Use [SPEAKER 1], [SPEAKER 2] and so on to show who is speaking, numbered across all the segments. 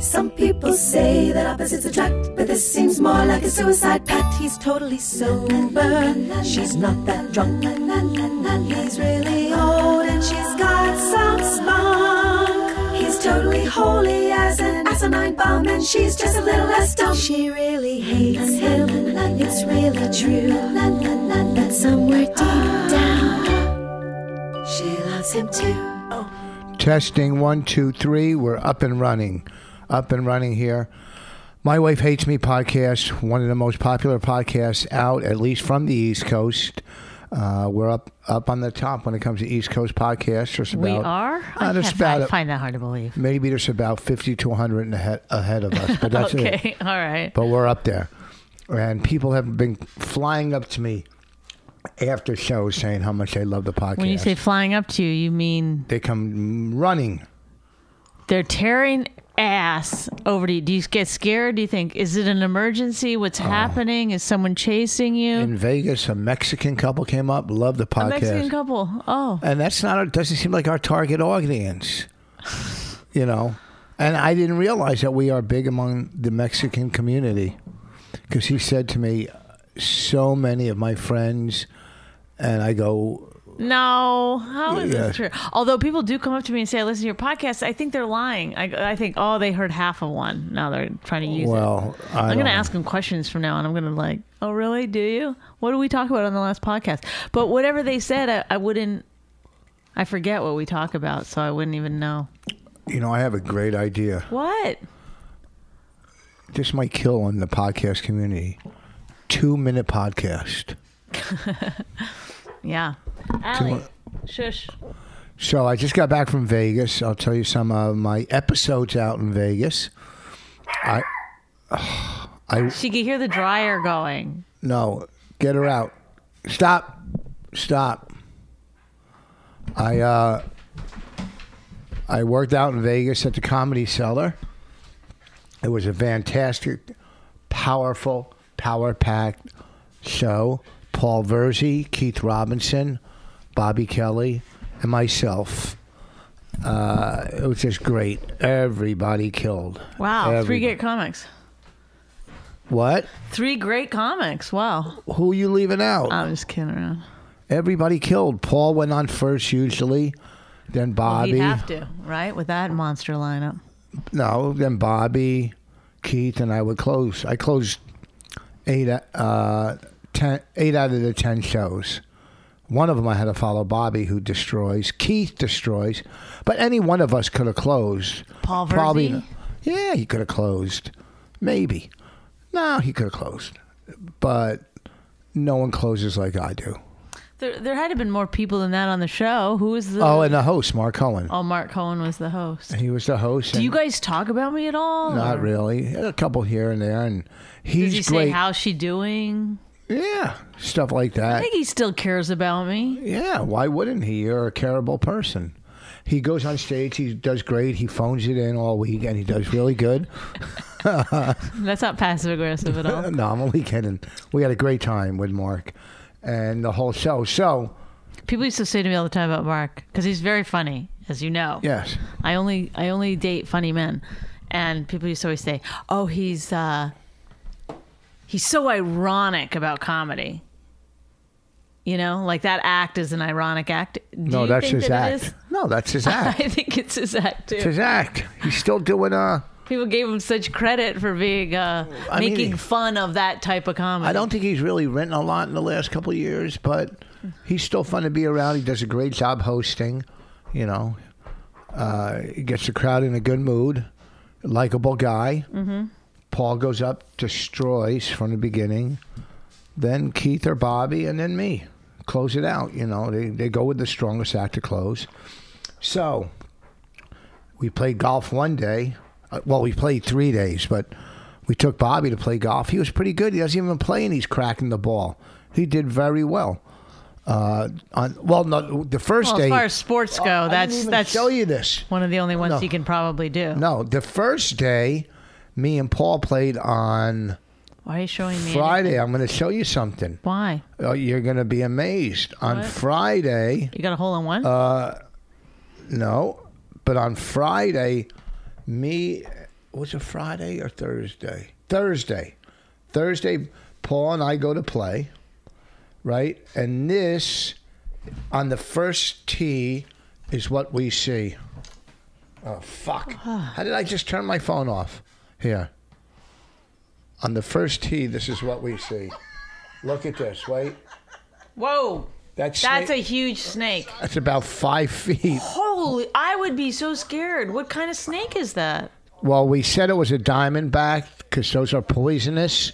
[SPEAKER 1] Some people say that opposites attract, but this seems more like a suicide pact. He's totally sober, she's not that drunk. He's really old and she's got some spunk. He's totally holy as an asinine bomb, and she's just a little less dumb. She really hates him, it's really true. But somewhere deep down, she loves him too.
[SPEAKER 2] Testing one, two, three. We're up and running. Up and running here. My Wife Hates Me podcast, one of the most popular podcasts out, at least from the East Coast. Uh, we're up up on the top when it comes to East Coast podcasts. Just about,
[SPEAKER 3] We are?
[SPEAKER 2] Uh,
[SPEAKER 3] I,
[SPEAKER 2] just
[SPEAKER 3] can't, I
[SPEAKER 2] about,
[SPEAKER 3] find that hard to believe.
[SPEAKER 2] maybe there's about 50 to 100 ahead, ahead of us, but that's it
[SPEAKER 3] Okay, all right.
[SPEAKER 2] but we're up there. And people have been flying up to me after shows saying how much they love the podcast.
[SPEAKER 3] When you say flying up to you, you mean
[SPEAKER 2] they come running.
[SPEAKER 3] they're tearing ass over to you. Do you get scared? Do you think, is it an emergency? What's happening? Is someone chasing you?
[SPEAKER 2] Oh. In Vegas, a Mexican couple came up, loved the
[SPEAKER 3] a
[SPEAKER 2] podcast.
[SPEAKER 3] Mexican couple. Oh,
[SPEAKER 2] and that's not, it doesn't seem like our target audience, you know? And I didn't realize that we are big among the Mexican community because he said to me, so many of my friends, and I go,
[SPEAKER 3] no. How is
[SPEAKER 2] Yeah.
[SPEAKER 3] this true? Although people do come up to me and say, I listen to your podcast. I think they're lying. I, I think, oh, they heard half of one. Now they're trying to use it.
[SPEAKER 2] well, I
[SPEAKER 3] I'm going
[SPEAKER 2] don't
[SPEAKER 3] to
[SPEAKER 2] know.
[SPEAKER 3] ask them questions from now on. I'm going to like, oh, really? Do you? What did we talk about on the last podcast? But whatever they said, I, I wouldn't. I forget what we talk about, so I wouldn't even know.
[SPEAKER 2] You know, I have a great idea.
[SPEAKER 3] What?
[SPEAKER 2] this might kill on the podcast community. Two minute podcast.
[SPEAKER 3] Yeah. Allie,
[SPEAKER 2] much.
[SPEAKER 3] shush.
[SPEAKER 2] So I just got back from Vegas. I'll tell you some of my episodes out in Vegas. I, I
[SPEAKER 3] She could hear the dryer going.
[SPEAKER 2] no, get her out. Stop, stop. I uh, I worked out in Vegas at the Comedy Cellar. It was a fantastic, powerful, power packed show. Paul Verzi, Keith Robinson, Bobby Kelly, and myself. Uh, it was just great. Everybody killed.
[SPEAKER 3] Wow. Three
[SPEAKER 2] Everybody.
[SPEAKER 3] great comics.
[SPEAKER 2] What?
[SPEAKER 3] Three great comics. Wow.
[SPEAKER 2] Who are you leaving out?
[SPEAKER 3] I'm just kidding around.
[SPEAKER 2] Everybody killed. Paul went on first usually,
[SPEAKER 3] Oh,
[SPEAKER 2] then Bobby.
[SPEAKER 3] You have to, right? With that monster lineup.
[SPEAKER 2] No, then Bobby, Keith, and I would close. I closed eight, uh, ten, eight out of the ten shows. One of them I had to follow Bobby, who destroys. Keith destroys, but any one of us could have closed.
[SPEAKER 3] Paul Verzi?
[SPEAKER 2] yeah, he could have closed. Maybe. No, he could have closed, but no one closes like I do.
[SPEAKER 3] There, there had to have been more people than that on the show. Who was the?
[SPEAKER 2] Oh, and the host, Mark Cohen.
[SPEAKER 3] oh, Mark Cohen was the host.
[SPEAKER 2] He was the host.
[SPEAKER 3] Do you
[SPEAKER 2] and-
[SPEAKER 3] guys talk about me at all?
[SPEAKER 2] Not
[SPEAKER 3] or-
[SPEAKER 2] really. A couple here and there, and
[SPEAKER 3] Does
[SPEAKER 2] he's
[SPEAKER 3] he
[SPEAKER 2] great.
[SPEAKER 3] say how's she doing?
[SPEAKER 2] yeah, stuff like
[SPEAKER 3] I
[SPEAKER 2] that.
[SPEAKER 3] think he still cares about me.
[SPEAKER 2] Yeah, why wouldn't he? You're a terrible person. He goes on stage. He does great. He phones it in all week, and he does really good.
[SPEAKER 3] That's not passive aggressive at all.
[SPEAKER 2] no, I'm only kidding. We had a great time with Mark, and the whole show. So
[SPEAKER 3] People used to say to me all the time about Mark because he's very funny, as you know.
[SPEAKER 2] yes,
[SPEAKER 3] I only I only date funny men, and people used to always say, "Oh, he's uh, he's so ironic about comedy." You know, like that act is an ironic act. Do
[SPEAKER 2] no,
[SPEAKER 3] you
[SPEAKER 2] that's
[SPEAKER 3] think
[SPEAKER 2] his
[SPEAKER 3] that it
[SPEAKER 2] act.
[SPEAKER 3] is?
[SPEAKER 2] No, that's his act.
[SPEAKER 3] I think it's his act too.
[SPEAKER 2] it's his act. He's still doing uh
[SPEAKER 3] People gave him such credit for being uh,
[SPEAKER 2] I mean,
[SPEAKER 3] making
[SPEAKER 2] he-
[SPEAKER 3] fun of that type of comedy.
[SPEAKER 2] I don't think he's really written a lot in the last couple of years, but he's still fun to be around. He does a great job hosting, you know. Uh, he gets the crowd in a good mood. Likeable guy. Mm-hmm. Paul goes up, destroys from the beginning. Then Keith or Bobby, and then me. Close it out, you know. They, they go with the strongest act to close. So we played golf one day. Uh, Well, we played three days, but we took Bobby to play golf. He was pretty good. He doesn't even play, and he's cracking the ball. He did very well. Uh, on well, no, the first
[SPEAKER 3] Well,
[SPEAKER 2] day.
[SPEAKER 3] as far as sports go,
[SPEAKER 2] I didn't
[SPEAKER 3] that's
[SPEAKER 2] even
[SPEAKER 3] that's
[SPEAKER 2] show you this.
[SPEAKER 3] one of the only ones
[SPEAKER 2] No.
[SPEAKER 3] you can probably do.
[SPEAKER 2] No, the first day, me and Paul played on
[SPEAKER 3] Why are you showing me?
[SPEAKER 2] Friday. I'm going to show you something.
[SPEAKER 3] Why?
[SPEAKER 2] Uh, you're going to be amazed. On
[SPEAKER 3] What?
[SPEAKER 2] Friday,
[SPEAKER 3] You got a hole in one?
[SPEAKER 2] Uh, no, but on Friday, me was it Friday or Thursday? Thursday, Thursday. Paul and I go to play, right? And this on the first tee is what we see. Oh fuck!
[SPEAKER 3] Ah.
[SPEAKER 2] How did I just turn my phone off? Here. On the first tee, this is what we see. Look at this. Wait.
[SPEAKER 3] Whoa.
[SPEAKER 2] That's
[SPEAKER 3] That's a huge snake.
[SPEAKER 2] That's about five feet.
[SPEAKER 3] Holy, I would be so scared. What kind of snake is that?
[SPEAKER 2] Well, we said it was a diamondback because those are poisonous,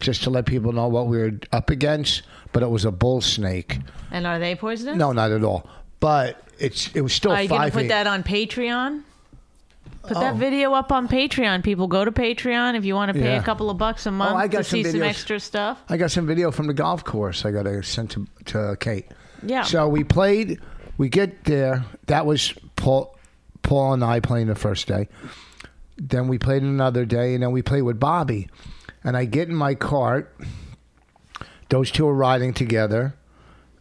[SPEAKER 2] just to let people know what we were up against. But it was a bull snake.
[SPEAKER 3] And are they poisonous?
[SPEAKER 2] No, not at all. But it's it was still
[SPEAKER 3] Are you going to
[SPEAKER 2] five
[SPEAKER 3] put
[SPEAKER 2] feet. Oh.
[SPEAKER 3] that on Patreon? Put that video up on Patreon, people. Go to Patreon if you want to pay
[SPEAKER 2] Yeah. Oh,
[SPEAKER 3] a couple of bucks a month
[SPEAKER 2] I got
[SPEAKER 3] to see
[SPEAKER 2] some
[SPEAKER 3] some
[SPEAKER 2] videos.
[SPEAKER 3] extra stuff.
[SPEAKER 2] I got some video from the golf course. I got to send to to Kate.
[SPEAKER 3] Yeah.
[SPEAKER 2] So we played. We get there. That was Paul, Paul and I playing the first day. Then we played another day, and then we played with Bobby. And I get in my cart. Those two are riding together,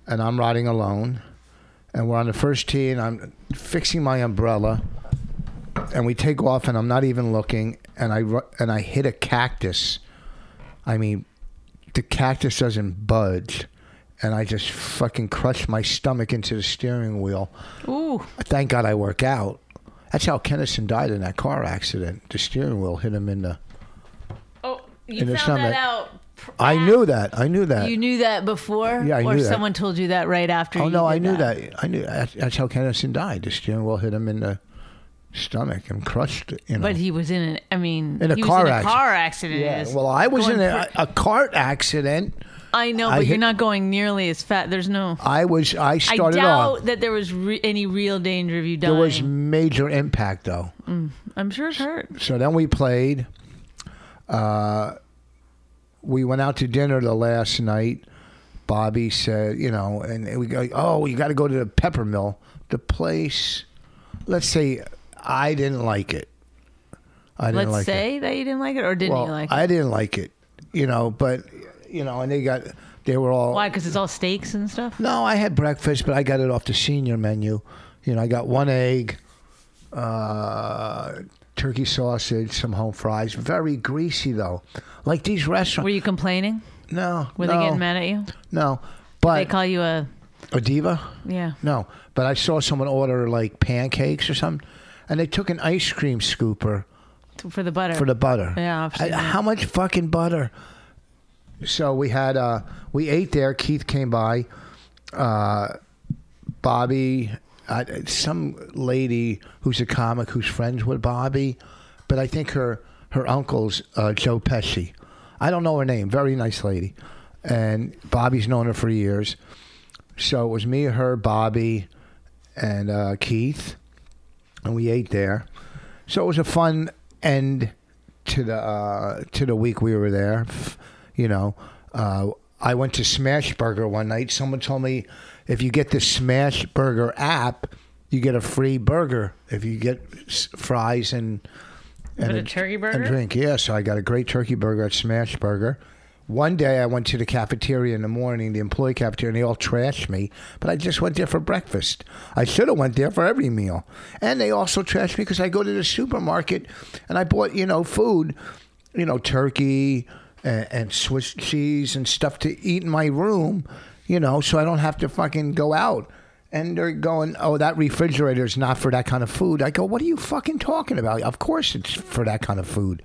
[SPEAKER 2] and I'm riding alone. And we're on the first tee, and I'm fixing my umbrella. And we take off, and I'm not even looking. And I ru- and I hit a cactus. I mean, the cactus doesn't budge. And I just fucking crushed my stomach into the steering wheel.
[SPEAKER 3] Ooh,
[SPEAKER 2] Thank God I work out. That's how Kennison died in that car accident. The steering wheel hit him in the.
[SPEAKER 3] oh, you
[SPEAKER 2] In the
[SPEAKER 3] found that
[SPEAKER 2] stomach.
[SPEAKER 3] out. pr-
[SPEAKER 2] I knew that. I knew that.
[SPEAKER 3] You knew that before,
[SPEAKER 2] Yeah, I
[SPEAKER 3] or
[SPEAKER 2] knew that.
[SPEAKER 3] someone told you that right after.
[SPEAKER 2] oh
[SPEAKER 3] you
[SPEAKER 2] no,
[SPEAKER 3] did
[SPEAKER 2] I knew that. I knew that's- that's how Kennison died. The steering wheel hit him in the stomach and crushed. it, You know.
[SPEAKER 3] But he was in an. I mean,
[SPEAKER 2] In a
[SPEAKER 3] he
[SPEAKER 2] car
[SPEAKER 3] was in
[SPEAKER 2] accident.
[SPEAKER 3] a car accident.
[SPEAKER 2] yeah.
[SPEAKER 3] It's
[SPEAKER 2] Well, I was
[SPEAKER 3] going
[SPEAKER 2] in
[SPEAKER 3] for-
[SPEAKER 2] a, a cart accident.
[SPEAKER 3] I know,
[SPEAKER 2] I
[SPEAKER 3] but you're
[SPEAKER 2] hit-
[SPEAKER 3] not going nearly as fat. There's no.
[SPEAKER 2] I was. I
[SPEAKER 3] I
[SPEAKER 2] started
[SPEAKER 3] doubt
[SPEAKER 2] off.
[SPEAKER 3] that there was re- any real danger of you dying.
[SPEAKER 2] There was major impact though.
[SPEAKER 3] I'm sure it hurt.
[SPEAKER 2] So then we played. Uh, we went out to dinner the last night. Bobby said, you know, and we go, oh, you got to go to the Peppermill. The place, let's say I didn't like it. I didn't
[SPEAKER 3] Let's
[SPEAKER 2] like it.
[SPEAKER 3] say that you didn't like it, or didn't
[SPEAKER 2] Well,
[SPEAKER 3] you like it?
[SPEAKER 2] I didn't like it, you know, but, you know, and they got, they were all.
[SPEAKER 3] Why? Because it's all steaks and stuff.
[SPEAKER 2] No, I had breakfast, but I got it off the senior menu. You know, I got one egg, uh, turkey sausage, some home fries. Very greasy though, like these
[SPEAKER 3] Were
[SPEAKER 2] restaurants.
[SPEAKER 3] you complaining?
[SPEAKER 2] no,
[SPEAKER 3] Were
[SPEAKER 2] no,
[SPEAKER 3] they getting mad at you?
[SPEAKER 2] No,
[SPEAKER 3] They
[SPEAKER 2] but
[SPEAKER 3] call you a
[SPEAKER 2] a diva.
[SPEAKER 3] yeah.
[SPEAKER 2] No, but I saw someone order like pancakes or something, and they took an ice cream scooper
[SPEAKER 3] for the butter.
[SPEAKER 2] for the butter.
[SPEAKER 3] Yeah, I've seen
[SPEAKER 2] I-
[SPEAKER 3] that.
[SPEAKER 2] how much fucking butter? So we had uh we ate there. Keith came by. Uh, Bobby, uh, some lady who's a comic who's friends with Bobby, but I think her her uncle's uh, Joe Pesci. I don't know her name. Very nice lady, and Bobby's known her for years. So it was me, her, Bobby, and uh, Keith, and we ate there. So it was a fun end to the uh, to the week we were there. F- You know, uh, I went to Smash Burger one night. Someone told me if you get the Smash Burger app, you get a free burger if you get s- fries and and
[SPEAKER 3] But a turkey burger?
[SPEAKER 2] and drink. Yeah, so I got a great turkey burger at Smash Burger. One day I went to the cafeteria in the morning, the employee cafeteria, and they all trashed me. But I just went there for breakfast. I should have went there for every meal. And they also trashed me because I go to the supermarket and I bought you know food, you know turkey and, and Swiss cheese and stuff to eat in my room, you know, so I don't have to fucking go out. And they're going, oh, that refrigerator is not for that kind of food. I go, what are you fucking talking about? Of course it's for that kind of food.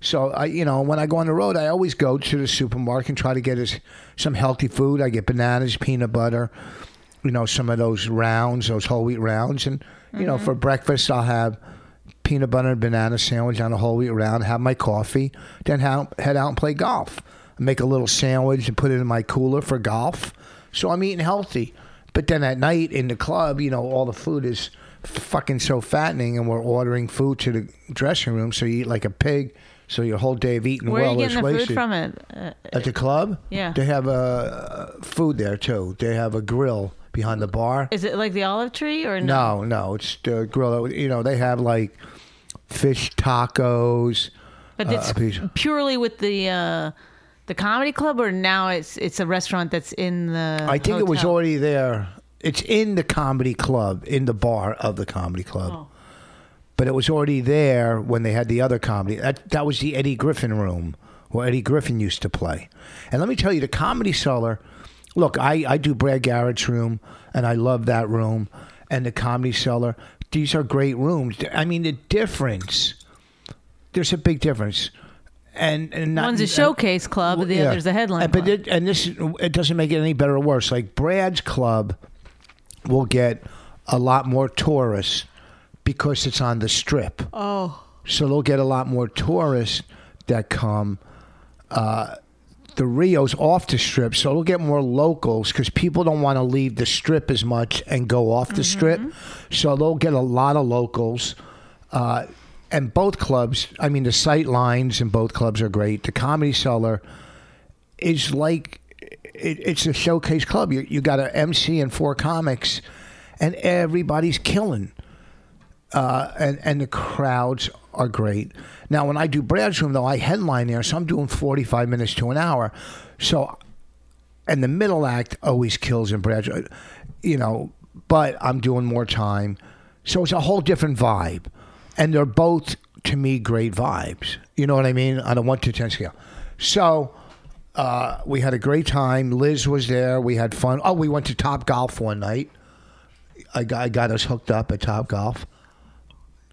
[SPEAKER 2] So I, you know, when I go on the road, I always go to the supermarket and try to get us some healthy food. I get bananas, peanut butter, you know, some of those rounds, those whole wheat rounds, and you know, for breakfast I'll have peanut butter and banana sandwich on a whole wheat round, have my coffee, then ha- head out and play golf. Make a little sandwich and put it in my cooler for golf. So I'm eating healthy. But then at night in the club, you know, all the food is fucking so fattening and we're ordering food to the dressing room. So you eat like a pig. So your whole day of eating
[SPEAKER 3] Where
[SPEAKER 2] well
[SPEAKER 3] are you
[SPEAKER 2] is
[SPEAKER 3] getting the
[SPEAKER 2] wasted.
[SPEAKER 3] food from it? Uh,
[SPEAKER 2] At the club?
[SPEAKER 3] Yeah.
[SPEAKER 2] They have uh, food there too. They have a grill behind the bar.
[SPEAKER 3] is it like the olive tree or no?
[SPEAKER 2] No, no, it's the grill. You know, they have like fish tacos.
[SPEAKER 3] But
[SPEAKER 2] uh,
[SPEAKER 3] it's
[SPEAKER 2] a piece-
[SPEAKER 3] purely with the uh, the comedy club, or now it's it's a restaurant that's in the.
[SPEAKER 2] I think it was
[SPEAKER 3] hotel?
[SPEAKER 2] already there. It's in the comedy club, in the bar of the comedy club.
[SPEAKER 3] Oh.
[SPEAKER 2] But it was already there when they had the other comedy. That that was the Eddie Griffin room where Eddie Griffin used to play. And let me tell you, the comedy cellar. Look, I, I do Brad Garrett's room, and I love that room, and the comedy cellar. These are great rooms. I mean, the difference. There's a big difference, and and not,
[SPEAKER 3] One's a
[SPEAKER 2] and-
[SPEAKER 3] showcase club, the
[SPEAKER 2] yeah.
[SPEAKER 3] other's a headline.
[SPEAKER 2] And, but
[SPEAKER 3] club.
[SPEAKER 2] it, and this it doesn't make it any better or worse. Like Brad's club will get a lot more tourists because it's on the strip. Oh, so they'll get a lot more tourists that come. Uh, the Rio's off the strip, so they'll get more locals because people don't want to leave the strip as much and go off the strip.
[SPEAKER 3] Mm-hmm.
[SPEAKER 2] So they'll get a lot of locals. Uh, and both clubs, I mean, the sight lines in both clubs are great. The Comedy Cellar is like it, it's a showcase club. You you got an MC and four comics, and everybody's killing. Uh, and and the crowds are great. Now, when I do Brad's room, though, I headline there, so I'm doing 45 minutes to an hour. So, and the middle act always kills in Brad's, uh, you know. But I'm doing more time, so it's a whole different vibe, and they're both to me great vibes. You know what I mean on a one to ten scale. So, uh, we had a great time. Liz was there. We had fun. Oh, we went to Top Golf one night. I got, I got us hooked up at Top Golf.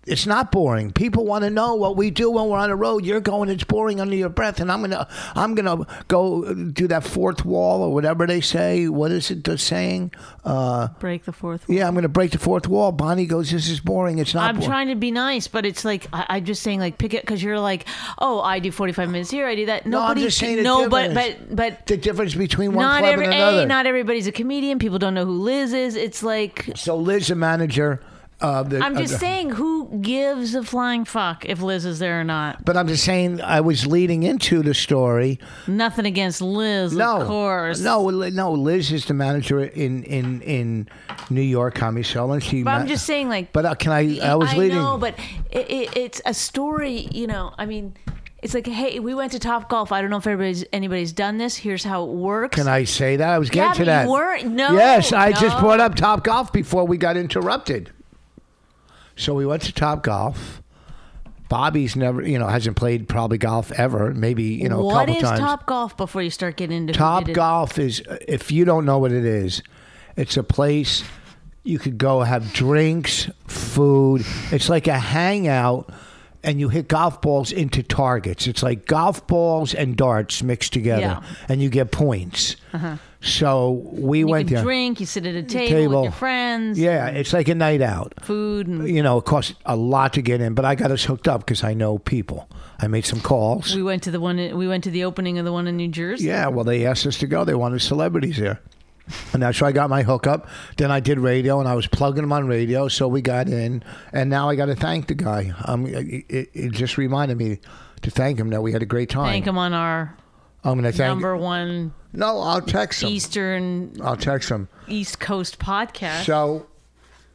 [SPEAKER 2] It's not boring. People want to know what we do when we're on the road. You're going, it's boring under your breath, and I'm gonna, I'm gonna go do that fourth wall or whatever they say. What is it? The saying? Uh,
[SPEAKER 3] break the fourth. Wall.
[SPEAKER 2] yeah, I'm gonna break the fourth wall. Bonnie goes, this is boring. It's not.
[SPEAKER 3] I'm
[SPEAKER 2] boring.
[SPEAKER 3] trying to be nice, but it's like I, I'm just saying, like pick it because you're like, oh, I do 45 minutes here, I do that.
[SPEAKER 2] No, I'm
[SPEAKER 3] Nobody,
[SPEAKER 2] just saying the
[SPEAKER 3] no, but
[SPEAKER 2] difference.
[SPEAKER 3] but but
[SPEAKER 2] The difference between one
[SPEAKER 3] not
[SPEAKER 2] club
[SPEAKER 3] every
[SPEAKER 2] and another.
[SPEAKER 3] a not everybody's a comedian. People don't know who Liz is. It's like
[SPEAKER 2] so Liz, the manager. of the,
[SPEAKER 3] I'm
[SPEAKER 2] of
[SPEAKER 3] just
[SPEAKER 2] the-
[SPEAKER 3] saying, who gives a flying fuck if Liz is there or not?
[SPEAKER 2] But I'm just saying, I was leading into the story.
[SPEAKER 3] Nothing against Liz,
[SPEAKER 2] No,
[SPEAKER 3] of course.
[SPEAKER 2] no, Li- no. Liz is the manager in in in New York Comedy Cell, and she.
[SPEAKER 3] But
[SPEAKER 2] ma-
[SPEAKER 3] I'm just saying, like,
[SPEAKER 2] But uh, can I? I was
[SPEAKER 3] I
[SPEAKER 2] leading.
[SPEAKER 3] know, but it, it, it's a story. You know, I mean, it's like, hey, we went to Top Golf. I don't know if everybody's anybody's done this. Here's how it works.
[SPEAKER 2] can I say that? I was getting
[SPEAKER 3] Yeah,
[SPEAKER 2] to
[SPEAKER 3] but
[SPEAKER 2] that.
[SPEAKER 3] you weren't. No,
[SPEAKER 2] Yes, I just
[SPEAKER 3] no.
[SPEAKER 2] brought up Top Golf before we got interrupted. So we went to Top Golf. Bobby's never, you know, hasn't played probably golf ever. Maybe you know a
[SPEAKER 3] what
[SPEAKER 2] couple
[SPEAKER 3] is
[SPEAKER 2] times.
[SPEAKER 3] Top Golf before you start getting into who
[SPEAKER 2] Top
[SPEAKER 3] did it?
[SPEAKER 2] Golf is, if you don't know what it is, it's a place you could go have drinks, food. It's like a hangout, and you hit golf balls into targets. It's like golf balls and darts mixed together,
[SPEAKER 3] Yeah. Uh-huh.
[SPEAKER 2] and you get points. So we
[SPEAKER 3] You
[SPEAKER 2] went
[SPEAKER 3] can
[SPEAKER 2] there.
[SPEAKER 3] drink. You sit at a table,
[SPEAKER 2] Table.
[SPEAKER 3] with your friends.
[SPEAKER 2] Yeah, it's like a night out.
[SPEAKER 3] Food and
[SPEAKER 2] You know, it costs a lot to get in, but I got us hooked up because I know people. I made some calls.
[SPEAKER 3] we went to the one. We went to the opening of the one in New Jersey.
[SPEAKER 2] Yeah, well, they asked us to go. They wanted celebrities there. And that's where I got my hookup. Then I did radio, and I was plugging them on radio, so we got in. And now I got to thank the guy. Um, it, it- it just reminded me to thank him that we had a great time.
[SPEAKER 3] Thank him on our
[SPEAKER 2] I'm going to thank.
[SPEAKER 3] number one
[SPEAKER 2] No, I'll text him.
[SPEAKER 3] Eastern
[SPEAKER 2] I'll text him.
[SPEAKER 3] East Coast podcast.
[SPEAKER 2] So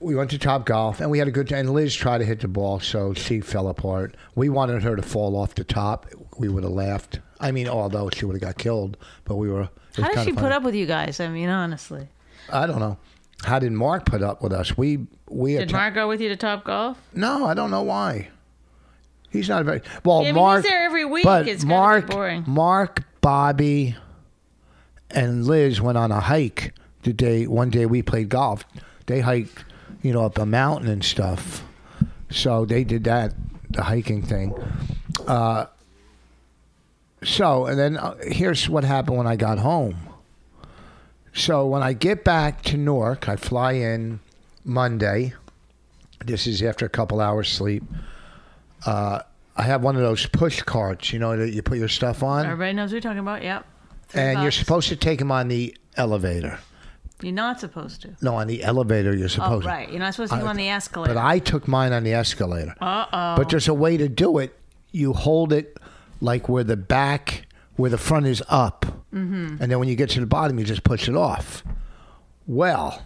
[SPEAKER 2] we went to Top Golf and we had a good time. And Liz tried to hit the ball, so she fell apart. We wanted her to fall off the top. We would have laughed. I mean, although she would have got killed, but we were. it was
[SPEAKER 3] How does
[SPEAKER 2] kinda
[SPEAKER 3] she put
[SPEAKER 2] funny.
[SPEAKER 3] up with you guys? I mean, honestly.
[SPEAKER 2] I don't know. How did Mark put up with us? We we
[SPEAKER 3] Did
[SPEAKER 2] atta-
[SPEAKER 3] Mark go with you to Top Golf?
[SPEAKER 2] No, I don't know why. He's not a very well.
[SPEAKER 3] Yeah, I mean, he's
[SPEAKER 2] Mark
[SPEAKER 3] there every week.
[SPEAKER 2] But
[SPEAKER 3] It's gotta be
[SPEAKER 2] Mark,
[SPEAKER 3] boring.
[SPEAKER 2] Mark, Bobby, and Liz went on a hike the day. One day we played golf. They hiked, you know, up a mountain and stuff. So they did that, the hiking thing. Uh, so and then uh, here's what happened when I got home. So when I get back to Newark, I fly in Monday. This is after a couple hours sleep. Uh, I have one of those push carts, you know, that you put your stuff on,
[SPEAKER 3] Everybody knows what you're talking about. Yep. Three
[SPEAKER 2] and you're
[SPEAKER 3] bucks.
[SPEAKER 2] supposed to take them on the elevator.
[SPEAKER 3] You're not supposed to.
[SPEAKER 2] No, on the elevator, you're
[SPEAKER 3] Oh,
[SPEAKER 2] supposed. to.
[SPEAKER 3] right. You're not supposed to go on the escalator.
[SPEAKER 2] But I took mine on the escalator. Uh oh. But there's a way to do it. You hold it like where the back, where the front is up, mm-hmm. and then when you get to the bottom, you just push it off. Well,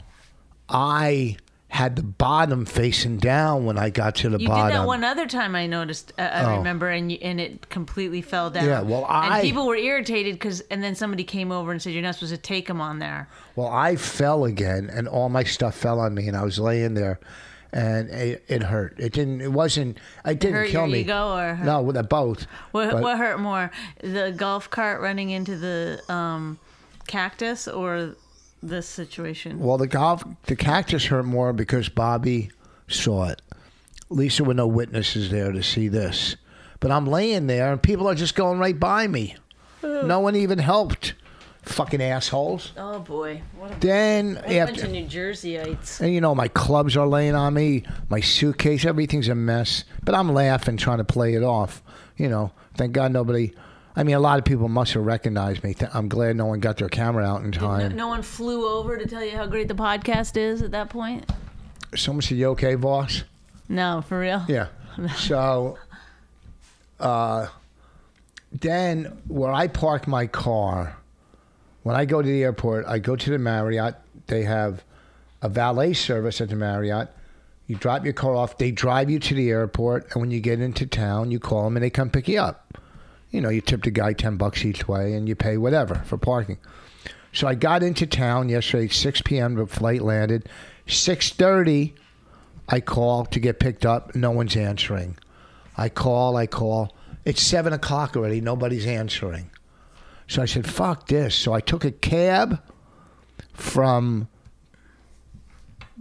[SPEAKER 2] I had the bottom facing down when I got to the
[SPEAKER 3] You
[SPEAKER 2] bottom.
[SPEAKER 3] did that one other time. I noticed. Uh, I
[SPEAKER 2] Oh.
[SPEAKER 3] remember, and you, and it completely fell down.
[SPEAKER 2] Yeah, well, I-
[SPEAKER 3] and people were irritated because, and then somebody came over and said, "You're not supposed to take them on there."
[SPEAKER 2] Well, I fell again, and all my stuff fell on me, and I was laying there, and it, it hurt. It didn't. It wasn't. It didn't
[SPEAKER 3] hurt
[SPEAKER 2] kill
[SPEAKER 3] your
[SPEAKER 2] me.
[SPEAKER 3] ego or hurt-
[SPEAKER 2] no, with a both.
[SPEAKER 3] What,
[SPEAKER 2] But
[SPEAKER 3] what hurt more, the golf cart running into the um, cactus or this situation?
[SPEAKER 2] Well, the golf, the cactus hurt more because Bobby saw it. Lisa, with no witnesses there to see this, but I'm laying there, and people are just going right by me. No one even helped. Fucking assholes.
[SPEAKER 3] Oh boy, what a,
[SPEAKER 2] Then
[SPEAKER 3] what a bunch
[SPEAKER 2] after,
[SPEAKER 3] of New Jerseyites!
[SPEAKER 2] And you know, my clubs are laying on me, my suitcase, everything's a mess. But I'm laughing, trying to play it off. You know, thank God nobody. I mean, a lot of people must have recognized me. Th- I'm glad no one got their camera out in
[SPEAKER 3] No,
[SPEAKER 2] time.
[SPEAKER 3] no one flew over to tell you how great the podcast is at that point.
[SPEAKER 2] Someone said, "You okay, boss?"
[SPEAKER 3] No, for real.
[SPEAKER 2] Yeah. So, uh, then where I park my car, when I go to the airport, I go to the Marriott. They have a valet service at the Marriott. You drop your car off. They drive you to the airport, and when you get into town, you call them and they come pick you up. You know, you tip the guy ten bucks each way, and you pay whatever for parking. So I got into town yesterday, at six p.m. The flight landed. Six thirty, I call to get picked up. No one's answering. I call, I call. It's seven o'clock already. Nobody's answering. So I said, fuck this. So I took a cab from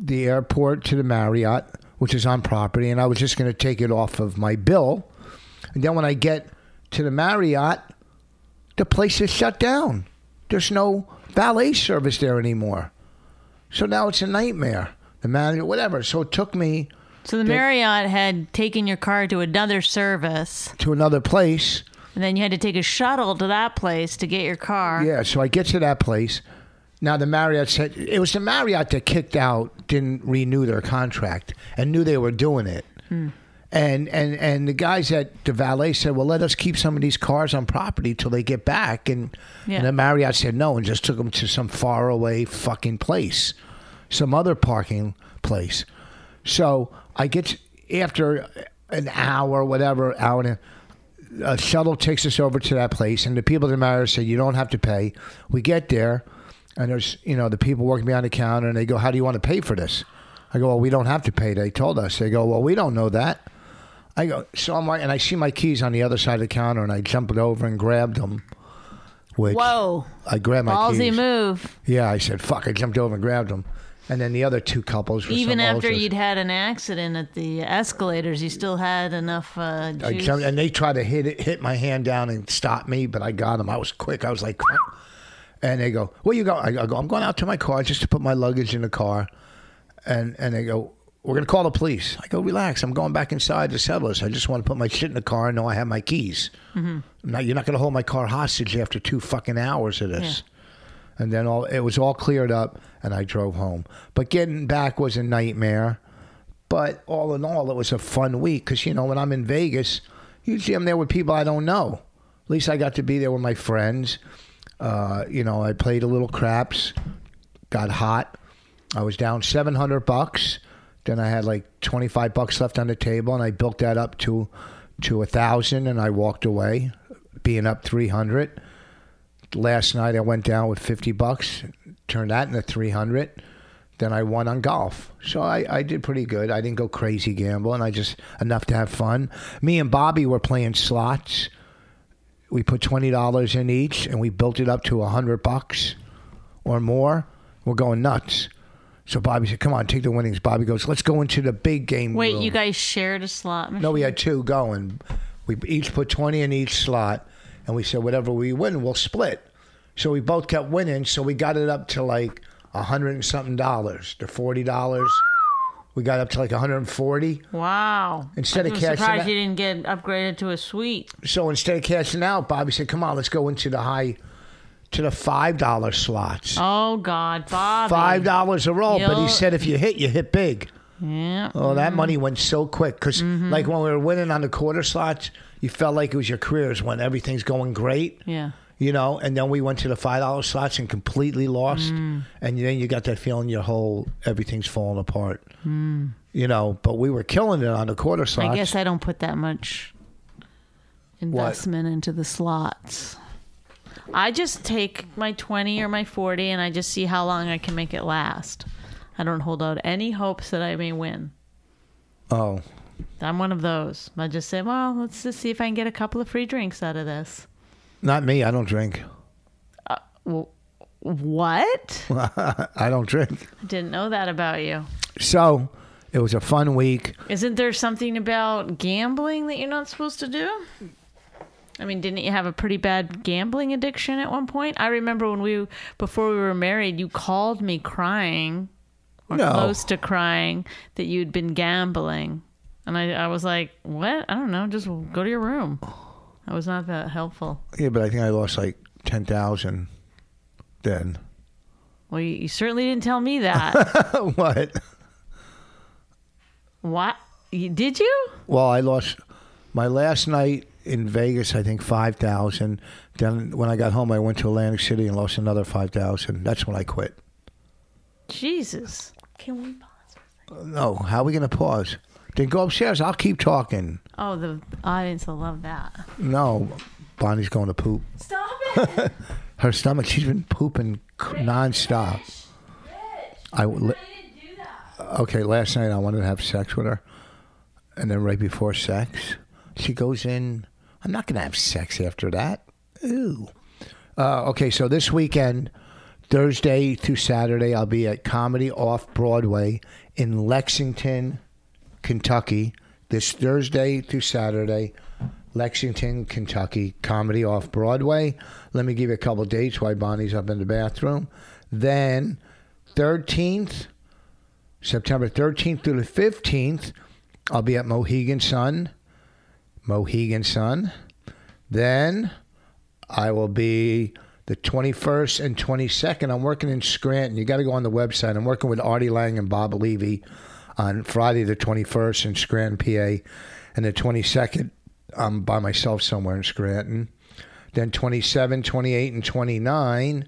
[SPEAKER 2] the airport to the Marriott, which is on property, and I was just going to take it off of my bill. And then when I get to the Marriott, the place is shut down. There's no valet service there anymore. So now it's a nightmare. The manager, whatever. So it took me
[SPEAKER 3] So the Marriott had taken your car to another service,
[SPEAKER 2] to another place.
[SPEAKER 3] and then you had to take a shuttle to that place to get your car.
[SPEAKER 2] Yeah, so I get to that place. Now the Marriott said it was the Marriott that kicked out, didn't renew their contract, and knew they were doing it. And and and the guys at the valet said, "Well, let us keep some of these cars on property till they get back." And,
[SPEAKER 3] Yeah.
[SPEAKER 2] and the Marriott said no, and just took them to some faraway fucking place, some other parking place. So I get to- after an hour, whatever hour and a a shuttle takes us over to that place, and the people at the Marriott say, "You don't have to pay." We get there, and there's you know the people working behind the counter, and they go, "How do you want to pay for this?" I go, "Well, we don't have to pay." They told us. They go, "Well, we don't know that." I go, "So I'm like," and I see my keys on the other side of the counter, and I jumped over and grabbed them. Which
[SPEAKER 3] Whoa,
[SPEAKER 2] I grabbed my
[SPEAKER 3] ballsy
[SPEAKER 2] keys.
[SPEAKER 3] move!
[SPEAKER 2] Yeah, I said, "Fuck!" I jumped over and grabbed them, and then the other two couples were
[SPEAKER 3] Even
[SPEAKER 2] some
[SPEAKER 3] after
[SPEAKER 2] ultras.
[SPEAKER 3] you'd had an accident at the escalators, you still had enough uh,
[SPEAKER 2] I
[SPEAKER 3] juice.
[SPEAKER 2] jumped, and they tried to hit it, hit my hand down and stop me, but I got them. I was quick. I was like, "Crap." and they go, "Where you go?" I go, "I'm going out to my car just to put my luggage in the car," and and they go, "We're gonna call the police." I go, "Relax. I'm going back inside to settle this. I just want to put my shit in the car and know I have my keys. Now you're not gonna hold my car hostage after two fucking hours of this." And then all it was all cleared up, and I drove home. But getting back was a nightmare. But all in all, it was a fun week because, you know, when I'm in Vegas, usually I'm there with people I don't know. At least I got to be there with my friends. Uh, you know, I played a little craps, got hot. I was down 700 bucks. Then I had like 25 bucks left on the table, and I built that up to to a thousand, and I walked away, being up 300. Last night I went down with 50 bucks, turned that into 300 then I won on golf. So I, I did pretty good. I didn't go crazy gambling. I just enough to have fun. Me and Bobby were playing slots. We put twenty dollars in each, and we built it up to a hundred bucks or more. We're going nuts. So Bobby said, "Come on, take the winnings." Bobby goes, "Let's go into the big game."
[SPEAKER 3] Wait,
[SPEAKER 2] room."
[SPEAKER 3] you guys shared a slot machine?
[SPEAKER 2] No, we had two going. We each put 20 in each slot, and we said whatever we win, we'll split. So we both kept winning, so we got it up to like a hundred and something dollars to forty dollars. We got up to like 140.
[SPEAKER 3] Wow.
[SPEAKER 2] Instead of
[SPEAKER 3] I'm
[SPEAKER 2] cashing
[SPEAKER 3] surprised
[SPEAKER 2] out-
[SPEAKER 3] you didn't get upgraded to a suite.
[SPEAKER 2] So instead of cashing out, Bobby said, "Come on, let's go into the high, to the five dollar slots.
[SPEAKER 3] Oh God, Bob.
[SPEAKER 2] Five dollars a roll." But he
[SPEAKER 3] You'll-
[SPEAKER 2] said, "If you hit, you hit big."
[SPEAKER 3] Yeah.
[SPEAKER 2] Oh, that money went so quick because, like, when we were winning on the quarter slots, you felt like it was your careers when everything's going great,
[SPEAKER 3] Yeah.
[SPEAKER 2] you know. And then we went to the five dollar slots and completely lost,
[SPEAKER 3] Mm.
[SPEAKER 2] and then you got that feeling your whole everything's falling apart, you know. But we were killing it on the quarter slots.
[SPEAKER 3] Mm. I guess I don't put that much investment into the slots. I just take my 20 or my 40 and I just see how long I can make it last. I don't hold out any hopes that I may win.
[SPEAKER 2] oh,
[SPEAKER 3] I'm one of those. I just say, well, let's just see if I can get a couple of free drinks out of this.
[SPEAKER 2] not me. I don't drink.
[SPEAKER 3] What?
[SPEAKER 2] I don't drink.
[SPEAKER 3] Didn't know that about you.
[SPEAKER 2] So it was a fun week.
[SPEAKER 3] Isn't there something about gambling that you're not supposed to do? I mean, didn't you have a pretty bad gambling addiction at one point? I remember when we before we were married, you called me crying or
[SPEAKER 2] No.
[SPEAKER 3] close to crying that you'd been gambling. And I, I was like, What? I don't know, just go to your room. I was not that helpful.
[SPEAKER 2] Yeah, but I think I lost like ten thousand then.
[SPEAKER 3] Well, you, you certainly didn't tell me that.
[SPEAKER 2] what?
[SPEAKER 3] what? You, did you?
[SPEAKER 2] Well, I lost my last night in Vegas. I think five thousand. Then when I got home, I went to Atlantic City and lost another five thousand. That's when I quit.
[SPEAKER 3] Jesus. Can we pause?
[SPEAKER 2] No, how are we going to pause? Then go upstairs. I'll keep talking.
[SPEAKER 3] Oh, the audience will love that.
[SPEAKER 2] No, Bonnie's going to poop.
[SPEAKER 3] Stop it.
[SPEAKER 2] Her stomach. She's been pooping c- nonstop. I li- okay. Last night I wanted to have sex with her, and then right before sex, she goes in. I'm not gonna have sex after that. Ooh. Uh, okay, so this weekend, Thursday through Saturday, I'll be at Comedy Off Broadway in Lexington, Kentucky. This Thursday through Saturday, Lexington, Kentucky, Comedy Off Broadway. Let me give you a couple dates while Bonnie's up in the bathroom. Then, 13th, September 13th through the 15th, I'll be at Mohegan Sun. Mohegan Sun. Then I will be the 21st and 22nd. I'm working in Scranton. You got to go on the website. I'm working with Artie Lang and Bob Levy on Friday the 21st in Scranton, PA, and the 22nd. I'm by myself somewhere in Scranton. Then 27, 28, and 29,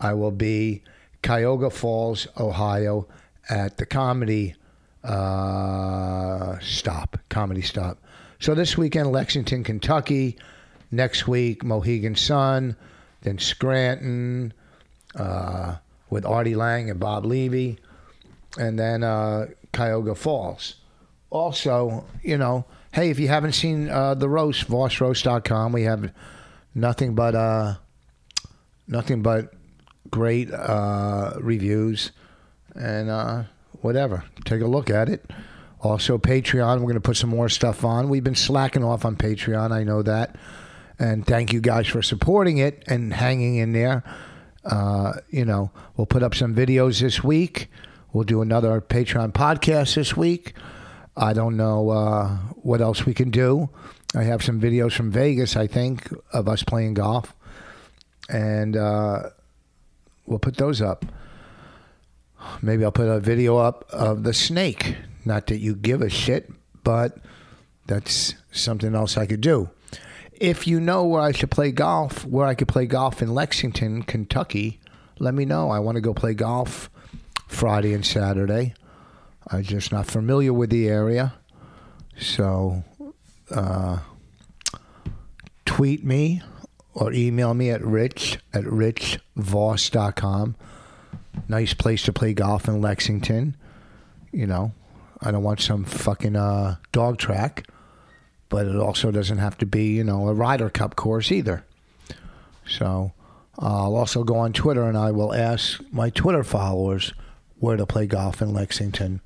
[SPEAKER 2] I will be Cuyahoga Falls, Ohio, at the comedy uh, stop, comedy stop. So this weekend, Lexington, Kentucky. Next week, Mohegan Sun, then Scranton uh, with Artie Lang and Bob Levy, and then uh, Cuyahoga Falls. Also, you know, hey, if you haven't seen uh, the roast, vossroast.com, we have nothing but uh, nothing but great uh, reviews and uh, whatever. Take a look at it. Also, Patreon, we're going to put some more stuff on. We've been slacking off on Patreon, I know that. And thank you guys for supporting it and hanging in there. Uh, you know, we'll put up some videos this week. We'll do another Patreon podcast this week. I don't know uh, what else we can do. I have some videos from Vegas, I think, of us playing golf and uh, we'll put those up. Maybe I'll put a video up of the snake. Not that you give a shit, but that's something else I could do. If you know where I should play golf, where I could play golf in Lexington, Kentucky, let me know. I want to go play golf Friday and Saturday. I'm just not familiar with the area. So tweet me or email me at rich at richvoss.com. Nice place to play golf in Lexington. You know, I don't want some fucking uh, dog track, but it also doesn't have to be, you know, a Ryder Cup course either. So I'll also go on Twitter and I will ask my Twitter followers where to play golf in Lexington.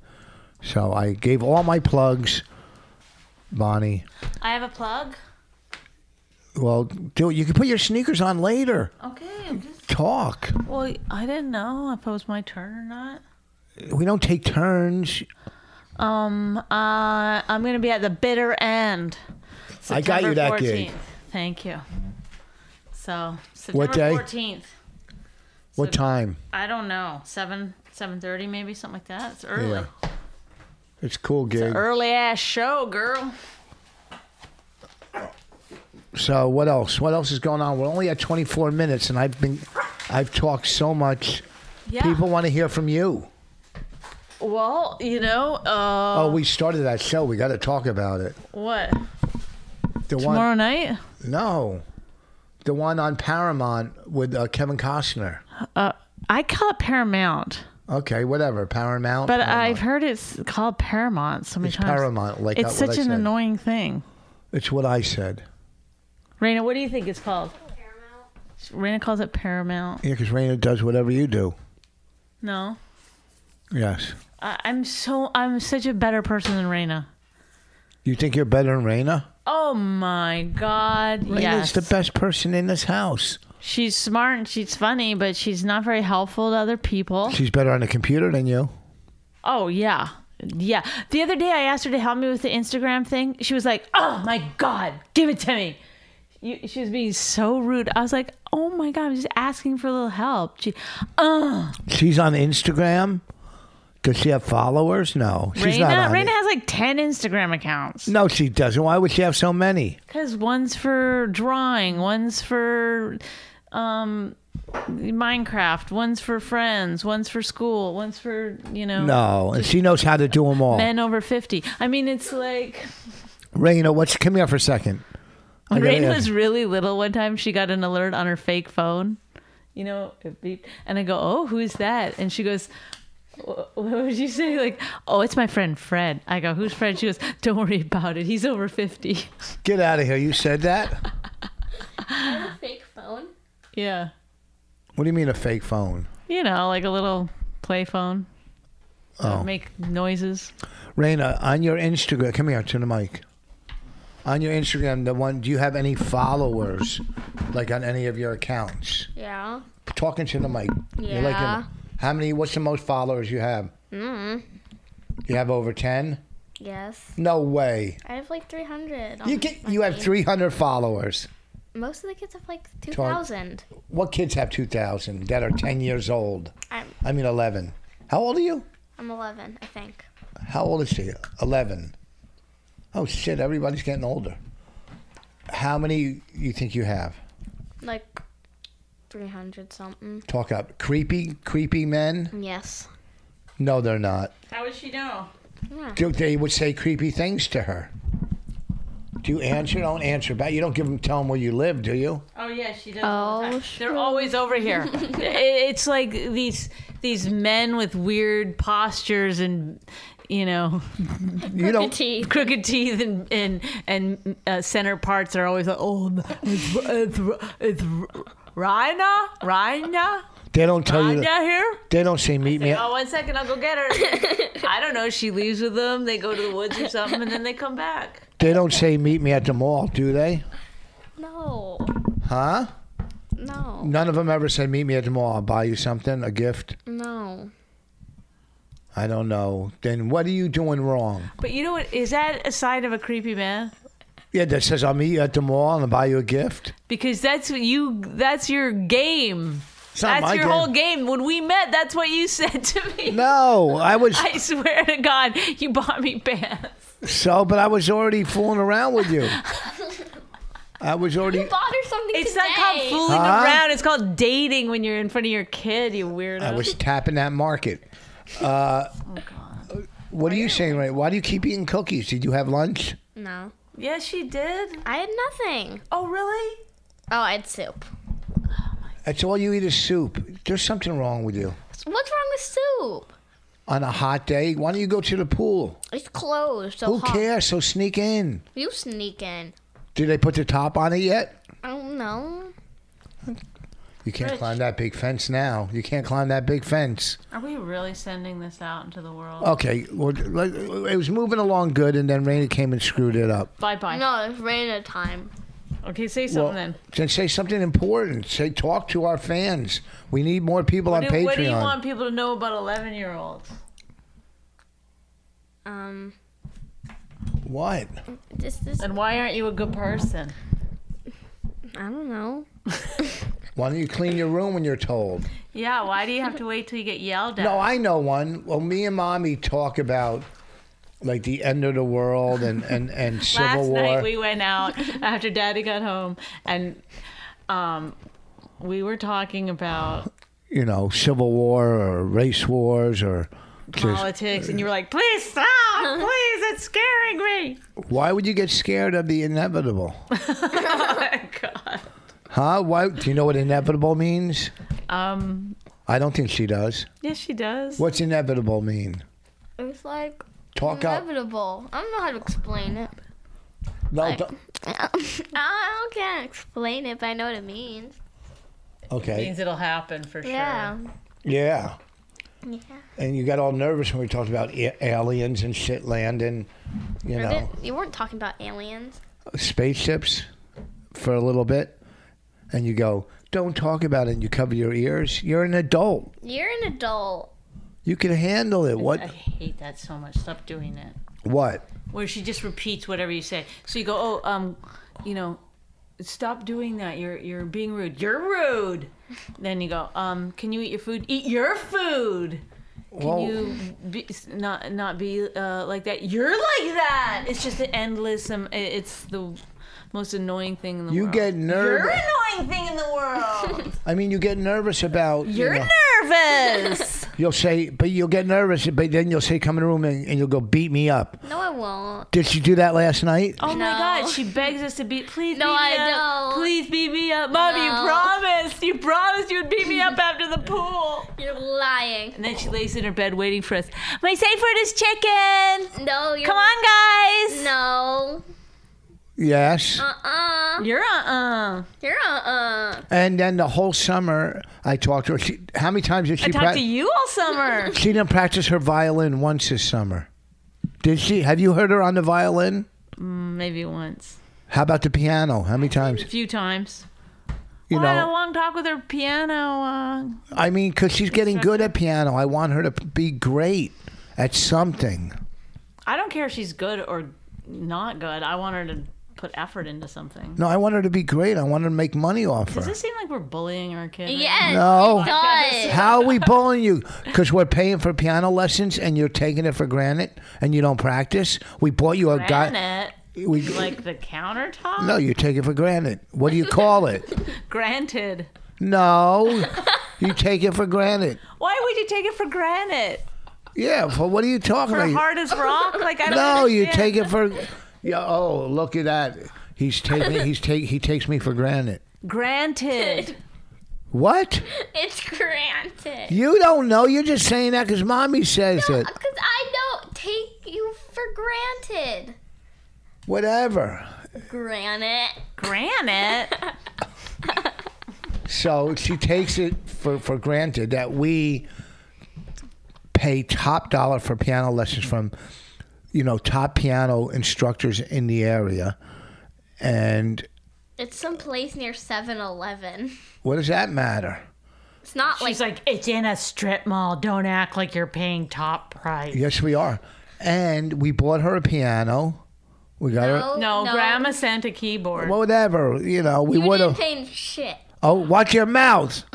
[SPEAKER 2] So I gave all my plugs, Bonnie.
[SPEAKER 3] I have a plug.
[SPEAKER 2] Well, do it. You can put your sneakers on later.
[SPEAKER 3] Okay, I'm just
[SPEAKER 2] Talk.
[SPEAKER 3] Well, I didn't know if it was my turn or not.
[SPEAKER 2] We don't take turns.
[SPEAKER 3] Um, uh, I'm gonna be at the bitter end.
[SPEAKER 2] I got you
[SPEAKER 3] September
[SPEAKER 2] that gig.
[SPEAKER 3] 14th. Thank you. So September
[SPEAKER 2] What day?
[SPEAKER 3] 14th.
[SPEAKER 2] What time?
[SPEAKER 3] I don't know. Seven, seven thirty, maybe something like that. It's early.
[SPEAKER 2] Yeah. It's a cool gig.
[SPEAKER 3] Early ass show, girl.
[SPEAKER 2] So what else? What else is going on? We're only at 24 minutes, and I've been, I've talked so much.
[SPEAKER 3] Yeah.
[SPEAKER 2] People want to hear from you.
[SPEAKER 3] Well, you know, uh,
[SPEAKER 2] Oh, we started that show. We got to talk about it.
[SPEAKER 3] what?
[SPEAKER 2] The
[SPEAKER 3] Tomorrow
[SPEAKER 2] one,
[SPEAKER 3] night?
[SPEAKER 2] no, the one on Paramount with uh, Kevin Costner.
[SPEAKER 3] Uh, I call it Paramount,
[SPEAKER 2] Okay, whatever. Paramount.
[SPEAKER 3] but
[SPEAKER 2] Paramount.
[SPEAKER 3] I've heard it's called Paramount so many
[SPEAKER 2] It's
[SPEAKER 3] times.
[SPEAKER 2] Paramount, like
[SPEAKER 3] it's
[SPEAKER 2] I- what
[SPEAKER 3] such
[SPEAKER 2] I
[SPEAKER 3] an
[SPEAKER 2] said.
[SPEAKER 3] annoying thing.
[SPEAKER 2] It's what I said.
[SPEAKER 3] Raina, what do you think it's called? Paramount. Raina calls it Paramount.
[SPEAKER 2] Yeah, because Raina does whatever you do.
[SPEAKER 3] No,
[SPEAKER 2] Yes.
[SPEAKER 3] I, I'm so I'm such a better person than Raina.
[SPEAKER 2] You think you're better than Raina?
[SPEAKER 3] Oh my God!
[SPEAKER 2] Raina's
[SPEAKER 3] yes,
[SPEAKER 2] the best person in this house.
[SPEAKER 3] she's smart and she's funny, but she's not very helpful to other people.
[SPEAKER 2] She's better on the computer than you.
[SPEAKER 3] Oh yeah. Yeah. The other day I asked her to help me with the Instagram thing. She was like, "Oh my god, give it to me." You, she was being so rude. I was like, "Oh my god, I'm just asking for a little help." She, uh,
[SPEAKER 2] She's on Instagram. Does she have followers? No, she's not
[SPEAKER 3] Raina,
[SPEAKER 2] on.
[SPEAKER 3] Raina
[SPEAKER 2] it.
[SPEAKER 3] has like 10 Instagram accounts.
[SPEAKER 2] No, she doesn't. Why would she have so many?
[SPEAKER 3] Cuz one's for drawing, one's for um Minecraft, one's for friends, one's for school, one's for, you know,
[SPEAKER 2] No, and she knows how to do them all.
[SPEAKER 3] men over 50. I mean, it's like
[SPEAKER 2] Raina, what's come here for a second? I gotta
[SPEAKER 3] Rain
[SPEAKER 2] ask-
[SPEAKER 3] was really little one time. She got an alert on her fake phone. You know, it beeped. And I go, Oh, who's that? And she goes, "Wh- What would you say? Like, Oh, it's my friend Fred. I go, Who's Fred? She goes, Don't worry about it. He's over 50.
[SPEAKER 2] Get out of here! You said that.
[SPEAKER 4] fake phone.
[SPEAKER 3] yeah.
[SPEAKER 2] What do you mean a fake phone?
[SPEAKER 3] You know, like a little play phone. Oh. Make noises.
[SPEAKER 2] Raina, on your Instagram, come here to the mic. On your Instagram, the one, do you have any followers, like on any of your accounts?
[SPEAKER 4] Yeah.
[SPEAKER 2] Talking to the mic. You're like,
[SPEAKER 4] Yeah.
[SPEAKER 2] how many? What's the most followers you have? Mm. You have over ten?
[SPEAKER 4] Yes.
[SPEAKER 2] No way.
[SPEAKER 4] I have like 300.
[SPEAKER 2] You
[SPEAKER 4] on
[SPEAKER 2] get.
[SPEAKER 4] my
[SPEAKER 2] You have
[SPEAKER 4] feed.
[SPEAKER 2] 300 followers.
[SPEAKER 4] Most of the kids have like 2,000.
[SPEAKER 2] What kids have 2,000 that are 10 years old?
[SPEAKER 4] I'm
[SPEAKER 2] I mean, 11. How old are you?
[SPEAKER 4] I'm 11, I think.
[SPEAKER 2] How old is she? 11. Oh shit! Everybody's getting older. How many you think you have?
[SPEAKER 4] Like 300 something.
[SPEAKER 2] Talk up. Creepy, creepy men?
[SPEAKER 4] Yes.
[SPEAKER 2] No, they're not.
[SPEAKER 3] How would she know?
[SPEAKER 2] Do- They would say creepy things to her. Do you answer? Don't answer back. You don't give them, tell them where you live, do you?
[SPEAKER 3] Oh yeah, she does.
[SPEAKER 4] all the Oh, time.
[SPEAKER 3] They're always over here. I- it's like these these men with weird postures and you know
[SPEAKER 2] You don't.
[SPEAKER 4] Teeth.
[SPEAKER 3] crooked teeth and and and uh, center parts are always like oh it's it's, it's Rhina Rhina
[SPEAKER 2] They don't tell you.
[SPEAKER 3] Rhina here.
[SPEAKER 2] They don't say meet me.
[SPEAKER 3] Oh, one second, I'll go get her. I don't know. She leaves with them. They go to the woods or something, and then they come back.
[SPEAKER 2] They don't say meet me at the mall, do they?
[SPEAKER 4] No.
[SPEAKER 2] Huh?
[SPEAKER 4] No.
[SPEAKER 2] None of them ever said, "Meet me at the mall. I'll buy you something, a gift."
[SPEAKER 4] No.
[SPEAKER 2] I don't know. Then what are you doing wrong?
[SPEAKER 3] But you know what? Is that a sign of a creepy man?
[SPEAKER 2] Yeah, that says, "I'll meet you at the mall and I'll buy you a gift."
[SPEAKER 3] Because that's what you. That's your game.
[SPEAKER 2] It's not
[SPEAKER 3] That's
[SPEAKER 2] my
[SPEAKER 3] your
[SPEAKER 2] game.
[SPEAKER 3] whole game. When we met, that's what you said to me.
[SPEAKER 2] No, I was
[SPEAKER 3] I swear to God, you bought me pants.
[SPEAKER 2] so, but I was already fooling around with you. I was already.
[SPEAKER 4] Bought her something
[SPEAKER 3] It's
[SPEAKER 4] today.
[SPEAKER 3] not called fooling
[SPEAKER 2] Huh?
[SPEAKER 3] around. It's called dating when you're in front of your kid, you weirdo.
[SPEAKER 2] I was tapping that market. Uh, what are you saying, right? Why do you keep eating cookies? Did you have lunch?
[SPEAKER 4] No.
[SPEAKER 3] yeah, she did.
[SPEAKER 4] I had nothing.
[SPEAKER 3] Oh, really?
[SPEAKER 4] Oh, I had soup.
[SPEAKER 2] That's all you eat is soup. There's something wrong with you.
[SPEAKER 4] What's wrong with soup?
[SPEAKER 2] On a hot day, why don't you go to the pool?
[SPEAKER 4] It's closed. So
[SPEAKER 2] Who
[SPEAKER 4] hot.
[SPEAKER 2] cares? So sneak in.
[SPEAKER 4] You sneak in.
[SPEAKER 2] Did they put the top on it yet?
[SPEAKER 4] I don't know.
[SPEAKER 2] You can't climb that big fence now. You can't climb that big fence.
[SPEAKER 3] Are we really sending this out into the world?
[SPEAKER 2] Okay, well, like, it was moving along good, and then Raina came and screwed it up.
[SPEAKER 3] Bye bye.
[SPEAKER 4] No, it's rain at time.
[SPEAKER 3] Okay, say something
[SPEAKER 2] Well,
[SPEAKER 3] then.
[SPEAKER 2] then say something important. Say talk to our fans. We need more people
[SPEAKER 3] What
[SPEAKER 2] on
[SPEAKER 3] do,
[SPEAKER 2] Patreon.
[SPEAKER 3] what do you want people to know about 11 year olds?
[SPEAKER 4] Um,
[SPEAKER 2] What?
[SPEAKER 4] this, this,
[SPEAKER 3] And why aren't you a good person?
[SPEAKER 4] I don't know.
[SPEAKER 2] Why don't you clean your room when you're told?
[SPEAKER 3] Yeah, why do you have to wait till you get yelled at?
[SPEAKER 2] No, I know one. Well, me and mommy talk about like the end of the world and and and civil
[SPEAKER 3] Last
[SPEAKER 2] war.
[SPEAKER 3] night we went out after Daddy got home, and um, we were talking about
[SPEAKER 2] you know, civil war or race wars or just
[SPEAKER 3] politics, and you were like, "Please stop! Please, it's scaring me."
[SPEAKER 2] why would you get scared of the inevitable?
[SPEAKER 3] Oh God.
[SPEAKER 2] Huh? Why do you know what inevitable means?
[SPEAKER 3] Um.
[SPEAKER 2] I don't think she does.
[SPEAKER 3] Yes, she does.
[SPEAKER 2] What's inevitable mean?
[SPEAKER 4] It's like
[SPEAKER 2] Talk up.
[SPEAKER 4] inevitable. I don't know how to explain it.
[SPEAKER 2] No, t-
[SPEAKER 4] I don't can't explain it, but I know what it means.
[SPEAKER 2] okay.
[SPEAKER 3] means it'll happen for sure.
[SPEAKER 4] Yeah.
[SPEAKER 2] Yeah.
[SPEAKER 4] Yeah.
[SPEAKER 2] And you got all nervous when we talked about a- aliens and shit landing, you
[SPEAKER 4] I
[SPEAKER 2] know,
[SPEAKER 4] didn't- You weren't talking about aliens.
[SPEAKER 2] spaceships for a little bit. And you go, don't talk about it. And you cover your ears. You're an adult.
[SPEAKER 4] You're an adult.
[SPEAKER 2] You can handle it.
[SPEAKER 3] I
[SPEAKER 2] What?
[SPEAKER 3] hate that so much. Stop doing it.
[SPEAKER 2] What?
[SPEAKER 3] Where she just repeats whatever you say. So you go, oh, um, you know, stop doing that. You're you're being rude. You're rude. Then you go, um, can you eat your food? Eat your food. Can
[SPEAKER 2] Well-
[SPEAKER 3] you be, not not be uh, like that? You're like that. It's just an endless. Um, it- it's the most annoying thing in the
[SPEAKER 2] You
[SPEAKER 3] world.
[SPEAKER 2] get nerve-
[SPEAKER 3] You're annoying thing in the world.
[SPEAKER 2] I mean, you get nervous about. you
[SPEAKER 3] You're
[SPEAKER 2] know-
[SPEAKER 3] nervous.
[SPEAKER 2] You'll say, but you'll get nervous, but then you'll say, come in the room and, and you'll go, beat me up.
[SPEAKER 4] No, I won't.
[SPEAKER 2] Did she do that last night?
[SPEAKER 3] Oh my
[SPEAKER 4] No.
[SPEAKER 3] God! She begs us to beat. Please
[SPEAKER 4] No,
[SPEAKER 3] beat me
[SPEAKER 4] I
[SPEAKER 3] up.
[SPEAKER 4] don't.
[SPEAKER 3] Please beat me up, Mom. You
[SPEAKER 4] No.
[SPEAKER 3] promised. You promised you would beat me up after the pool.
[SPEAKER 4] You're lying.
[SPEAKER 3] And then she lays in her bed waiting for us. My safe word is chicken.
[SPEAKER 4] No, you're
[SPEAKER 3] Come on, guys.
[SPEAKER 4] No.
[SPEAKER 2] Yes.
[SPEAKER 4] Uh-uh.
[SPEAKER 3] You're uh uh.
[SPEAKER 4] You're uh-uh.
[SPEAKER 2] And then the whole summer, I talked to her. She, how many times did
[SPEAKER 3] I
[SPEAKER 2] she
[SPEAKER 3] talked
[SPEAKER 2] practice?
[SPEAKER 3] to you all summer.
[SPEAKER 2] She didn't practice her violin once this summer. Did she? Have you heard her on the violin?
[SPEAKER 3] Maybe once,
[SPEAKER 2] How about the piano? How many times?
[SPEAKER 3] a few times.
[SPEAKER 2] You
[SPEAKER 3] well, I had a
[SPEAKER 2] know,
[SPEAKER 3] long talk with her piano. Uh,
[SPEAKER 2] I mean, because she's getting good at piano. I want her to be great at something.
[SPEAKER 3] I don't care if she's good or not good. I want her to put effort into something.
[SPEAKER 2] No, I want her to be great. I want her to make money off
[SPEAKER 3] Does
[SPEAKER 2] her.
[SPEAKER 3] this seem like we're bullying our kid? right
[SPEAKER 4] Yes.
[SPEAKER 2] No.
[SPEAKER 4] it does.
[SPEAKER 2] How are we bullying you? Because we're paying for piano lessons and you're taking it for granted and you don't practice. We bought you a guy.
[SPEAKER 3] Granite,
[SPEAKER 2] We,
[SPEAKER 3] like the countertop.
[SPEAKER 2] no, you take it for granted. What do you call it?
[SPEAKER 3] Granted.
[SPEAKER 2] No, you take it for granted.
[SPEAKER 3] Why would you take it for granted?
[SPEAKER 2] Yeah, for what are you talking
[SPEAKER 3] For
[SPEAKER 2] about?
[SPEAKER 3] hard as rock? Like I don't
[SPEAKER 2] no, you
[SPEAKER 3] understand.
[SPEAKER 2] take it for. Yeah. Oh, look at that. He's taking. He's take. He takes me for granted.
[SPEAKER 3] Granted.
[SPEAKER 2] What?
[SPEAKER 4] It's granted.
[SPEAKER 2] You don't know. You're just saying that because mommy says it.
[SPEAKER 4] Because I don't take you for granted.
[SPEAKER 2] Whatever.
[SPEAKER 4] Granite.
[SPEAKER 3] Granite.
[SPEAKER 2] So she takes it for, for granted that we pay top dollar for piano lessons from, you know, top piano instructors in the area. And
[SPEAKER 4] It's someplace near 7 Eleven.
[SPEAKER 2] what does that matter?
[SPEAKER 4] It's not like,
[SPEAKER 3] She's like, it's in a strip mall. Don't act like you're paying top price.
[SPEAKER 2] Yes, we are. And we bought her a piano. We got her.
[SPEAKER 4] no,
[SPEAKER 3] No, Grandma sent a keyboard.
[SPEAKER 2] Whatever, you know, we
[SPEAKER 4] You
[SPEAKER 2] would
[SPEAKER 4] didn't
[SPEAKER 2] have.
[SPEAKER 4] pay shit.
[SPEAKER 2] Oh, watch your mouth.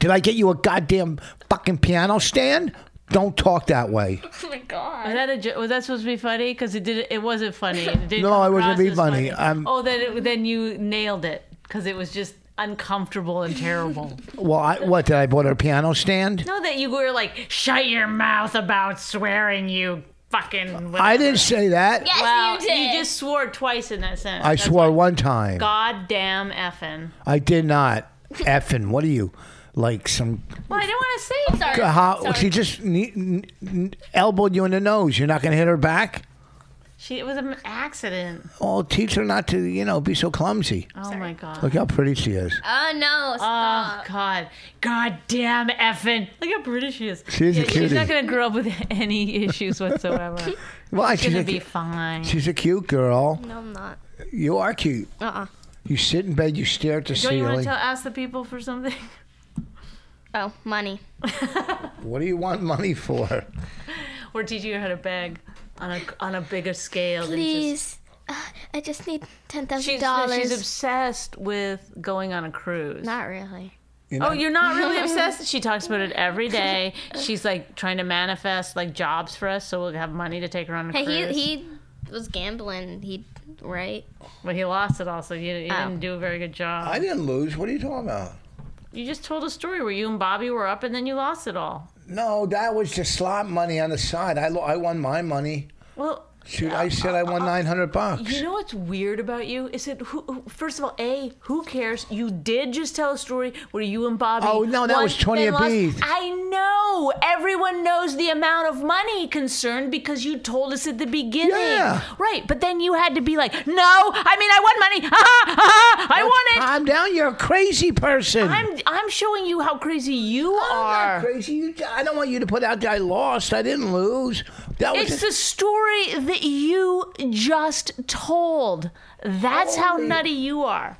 [SPEAKER 2] Did I get you a goddamn fucking piano stand? Don't talk that way.
[SPEAKER 4] Oh my god.
[SPEAKER 3] was that, a, jo- was that supposed to be funny? Because it did. It wasn't funny. It didn't
[SPEAKER 2] No,
[SPEAKER 3] come
[SPEAKER 2] it wasn't
[SPEAKER 3] across
[SPEAKER 2] be
[SPEAKER 3] as
[SPEAKER 2] funny. Um, I'm-
[SPEAKER 3] Oh, then it, then you nailed it because it was just uncomfortable and terrible.
[SPEAKER 2] Well, I, what did I bought her a piano stand?
[SPEAKER 3] no, that you were like, shut your mouth about swearing. You fucking.
[SPEAKER 2] I didn't say that.
[SPEAKER 4] Yes,
[SPEAKER 3] Wow,
[SPEAKER 4] you did.
[SPEAKER 3] just swore twice in that sentence.
[SPEAKER 2] I
[SPEAKER 3] That's
[SPEAKER 2] swore
[SPEAKER 3] why-
[SPEAKER 2] one time.
[SPEAKER 3] Goddamn effing.
[SPEAKER 2] I did not. Effing, what are you? Like some. uh,
[SPEAKER 3] Well, I didn't want to say it.
[SPEAKER 4] Sorry.
[SPEAKER 2] How,
[SPEAKER 4] Sorry.
[SPEAKER 2] she just ne- n- n- elbowed you in the nose. You're not going to hit her back?
[SPEAKER 3] She, it was an accident.
[SPEAKER 2] Oh, teach her not to, you know, be so clumsy.
[SPEAKER 3] Oh my god.
[SPEAKER 2] Look how pretty she is.
[SPEAKER 3] Uh,
[SPEAKER 4] Oh no, stop.
[SPEAKER 3] Oh god. God damn effing. Look how British she is.
[SPEAKER 2] She's a
[SPEAKER 3] Yeah, she's
[SPEAKER 2] cutie.
[SPEAKER 3] not gonna grow up with any issues whatsoever. She's
[SPEAKER 2] Why? She's
[SPEAKER 3] gonna
[SPEAKER 2] a,
[SPEAKER 3] be Mm. fine.
[SPEAKER 2] she's a cute girl.
[SPEAKER 4] no, I'm not.
[SPEAKER 2] You are cute.
[SPEAKER 4] Uh-uh.
[SPEAKER 2] You sit in bed, you stare at the
[SPEAKER 3] Don't you want to
[SPEAKER 2] ceiling.
[SPEAKER 3] tell ask the people for something?
[SPEAKER 4] Oh, money.
[SPEAKER 2] what do you want money for?
[SPEAKER 3] We're teaching her how to beg on a on a bigger scale than just
[SPEAKER 4] Please. Uh, I just need ten thousand
[SPEAKER 3] She's,
[SPEAKER 4] dollars.
[SPEAKER 3] she's obsessed with going on a cruise.
[SPEAKER 4] Not really.
[SPEAKER 2] You know?
[SPEAKER 3] Oh, you're not really obsessed. She talks about it every day. She's like trying to manifest like jobs for us, so we'll have money to take her on a
[SPEAKER 4] Hey,
[SPEAKER 3] cruise.
[SPEAKER 4] he he was gambling. He right?
[SPEAKER 3] but he lost it also. You, you
[SPEAKER 4] Oh.
[SPEAKER 3] didn't do a very good job.
[SPEAKER 2] I didn't lose. What are you talking about?
[SPEAKER 3] you just told a story where you and Bobby were up and then you lost it all.
[SPEAKER 2] No, that was just slot money on the side. I, lo- I won my money.
[SPEAKER 3] Well,
[SPEAKER 2] Shoot, I said I won 900 bucks.
[SPEAKER 3] You know what's weird about you is that who, who- first of all, a who cares? You did just tell a story where you and Bobby.
[SPEAKER 2] Oh, no, that
[SPEAKER 3] won,
[SPEAKER 2] was 20
[SPEAKER 3] then lost.
[SPEAKER 2] apiece.
[SPEAKER 3] I know everyone knows the amount of money concerned because you told us at the beginning.
[SPEAKER 2] Yeah.
[SPEAKER 3] Right, but then you had to be like, no, I mean I won money. Ah, ah, I won it.
[SPEAKER 2] Calm down. You're a crazy person.
[SPEAKER 3] I'm I'm showing you how crazy you
[SPEAKER 2] not
[SPEAKER 3] are.
[SPEAKER 2] crazy. You, I don't want you to put out that I lost. I didn't lose. That was
[SPEAKER 3] It's
[SPEAKER 2] just-
[SPEAKER 3] the story that you just told. That's how nutty you are.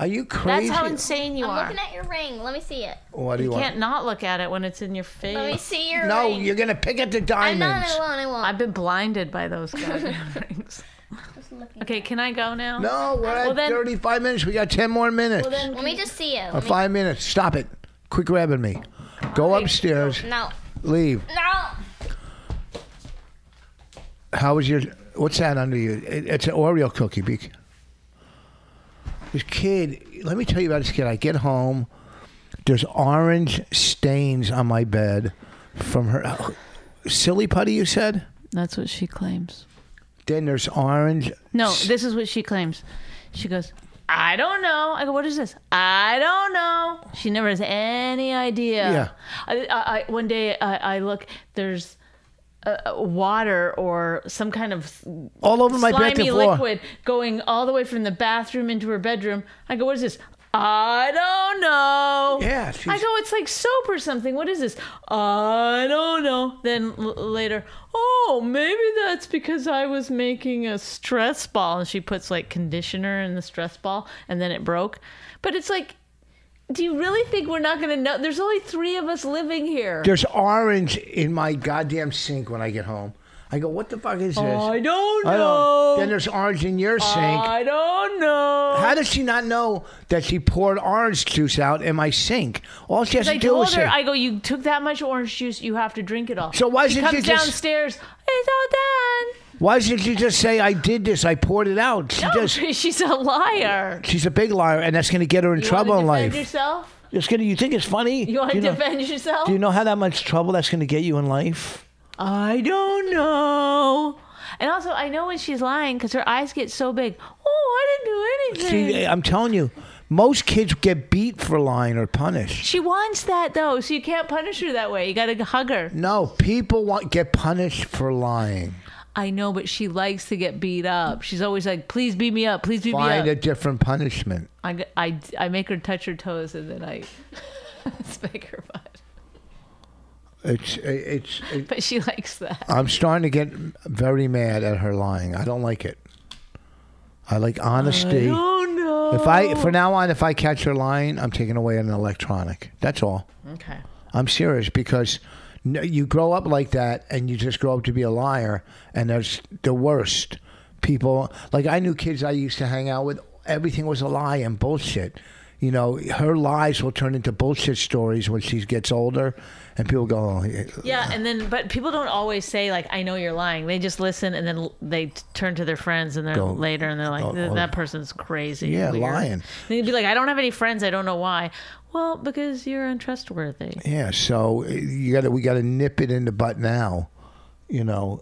[SPEAKER 2] Are you
[SPEAKER 3] That's
[SPEAKER 2] crazy?
[SPEAKER 3] how insane you
[SPEAKER 4] I'm
[SPEAKER 3] are.
[SPEAKER 4] looking at your ring. Let me see it.
[SPEAKER 2] what do you,
[SPEAKER 3] You
[SPEAKER 2] want?
[SPEAKER 3] can't not look at it when it's in your
[SPEAKER 4] Let me
[SPEAKER 3] face.
[SPEAKER 4] see your
[SPEAKER 2] no,
[SPEAKER 4] ring.
[SPEAKER 2] you're gonna pick up the
[SPEAKER 4] I'm not.
[SPEAKER 2] diamonds.
[SPEAKER 4] I won't. I won't.
[SPEAKER 3] I've been blinded by those goddamn rings.
[SPEAKER 4] just looking.
[SPEAKER 3] Okay, can I go now?
[SPEAKER 2] No, we're at
[SPEAKER 3] Well, then-
[SPEAKER 2] 35 minutes. We got 10 more minutes.
[SPEAKER 4] Let me just see it.
[SPEAKER 2] or
[SPEAKER 4] Let me-
[SPEAKER 2] five minutes. Stop it. Quit grabbing me. Go upstairs.
[SPEAKER 4] No.
[SPEAKER 2] Leave.
[SPEAKER 4] No.
[SPEAKER 2] How was your? What's that under you? It, it's an Oreo cookie. Be, this kid. Let me tell you about this kid. I get home. There's orange stains on my bed from her silly putty. You said.
[SPEAKER 3] That's what she claims.
[SPEAKER 2] Then there's orange.
[SPEAKER 3] No, this is what she claims. She goes, I don't know. I go, what is this? I don't know. She never has any idea.
[SPEAKER 2] Yeah.
[SPEAKER 3] I, I, I, one day I, I look, there's uh, water or some kind of
[SPEAKER 2] All over my
[SPEAKER 3] slimy
[SPEAKER 2] bedroom floor.
[SPEAKER 3] liquid going all the way from the bathroom into her bedroom. I go, what is this? I don't know.
[SPEAKER 2] Yeah,
[SPEAKER 3] I
[SPEAKER 2] she's-
[SPEAKER 3] go, it's like soap or something. What is this? I don't know. Then l- later, oh, maybe that's because I was making a stress ball. And she puts like conditioner in the stress ball and then it broke. But it's like, do you really think we're not going to know? There's only three of us living here.
[SPEAKER 2] There's orange in my goddamn sink when I get home. I go, what the fuck is this?
[SPEAKER 3] I don't know.
[SPEAKER 2] I don't- Then there's orange in your sink.
[SPEAKER 3] I don't know.
[SPEAKER 2] How does she not know that she poured orange juice out in my sink? All she has to
[SPEAKER 3] I
[SPEAKER 2] do
[SPEAKER 3] told
[SPEAKER 2] is
[SPEAKER 3] her,
[SPEAKER 2] say,
[SPEAKER 3] I go, you took that much orange juice, you have to drink it all.
[SPEAKER 2] So why
[SPEAKER 3] she
[SPEAKER 2] didn't
[SPEAKER 3] comes
[SPEAKER 2] you just-
[SPEAKER 3] downstairs? It's all done.
[SPEAKER 2] "Why didn't you just say I did this? I poured it out." She just
[SPEAKER 3] She's a liar.
[SPEAKER 2] she's a big liar, and that's going to get her in
[SPEAKER 3] You
[SPEAKER 2] trouble
[SPEAKER 3] wanna
[SPEAKER 2] in
[SPEAKER 3] defend
[SPEAKER 2] life.
[SPEAKER 3] yourself?
[SPEAKER 2] It's going to. You think it's funny?
[SPEAKER 3] You want
[SPEAKER 2] do
[SPEAKER 3] to
[SPEAKER 2] know-
[SPEAKER 3] defend yourself?
[SPEAKER 2] Do you know how that much trouble that's going to get you in life?
[SPEAKER 3] I don't know. And also, I know when she's lying because her eyes get so big. Oh, I didn't do anything.
[SPEAKER 2] See, eh. I'm telling you, most kids get beat for lying or punished.
[SPEAKER 3] she wants that though, so you can't punish her that way. You got to hug her.
[SPEAKER 2] No, people want get punished for lying.
[SPEAKER 3] I know, but she likes to get beat up. She's always like, "Please beat me up. Please beat me up."
[SPEAKER 2] Find a different punishment.
[SPEAKER 3] I, I, I make her touch her toes and then I spank her butt.
[SPEAKER 2] It's eh, it's. It,
[SPEAKER 3] But she likes that.
[SPEAKER 2] I'm starting to get very mad at her lying. I don't like it. I like honesty.
[SPEAKER 3] Oh no.
[SPEAKER 2] If I for now on, if I catch her lying, I'm taking away an electronic. That's all.
[SPEAKER 3] Okay.
[SPEAKER 2] I'm serious because n- you grow up like that, and you just grow up to be a liar, and there's the worst people. Like I knew kids I used to hang out with. Everything was a lie and bullshit. You know, her lies will turn into bullshit stories when she gets older, and people go, oh, yeah,
[SPEAKER 3] Yeah, and then but people don't always say like I know you're lying. They just listen and then l- they t- turn to their friends and they're
[SPEAKER 2] Go-
[SPEAKER 3] later and they're like
[SPEAKER 2] go-
[SPEAKER 3] "Th- that person's crazy.
[SPEAKER 2] Yeah,
[SPEAKER 3] weird."
[SPEAKER 2] lying.
[SPEAKER 3] And they'd be like I don't have any friends. I don't know why. Well, because you're untrustworthy.
[SPEAKER 2] Yeah, so uh, you got to we got to nip it in the butt now, you know.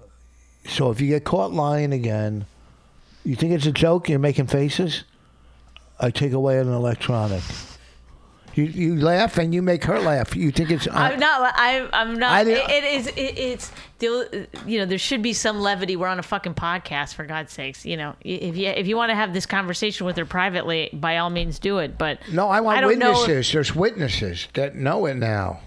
[SPEAKER 2] So if you get caught lying again, you think it's a joke? You're making faces. I take away an electronic. You you laugh and you make her laugh. You think it's uh,
[SPEAKER 3] I'm not. li- I, I'm not.
[SPEAKER 2] I
[SPEAKER 3] it,
[SPEAKER 2] didn't-
[SPEAKER 3] it is. It, it's. the- You know, there should be some levity. We're on a fucking podcast, for God's sakes. You know, if you if you want to have this conversation with her privately, by all means, do it. But
[SPEAKER 2] no. I want
[SPEAKER 3] I don't know if-
[SPEAKER 2] witnesses. There's witnesses that know it now.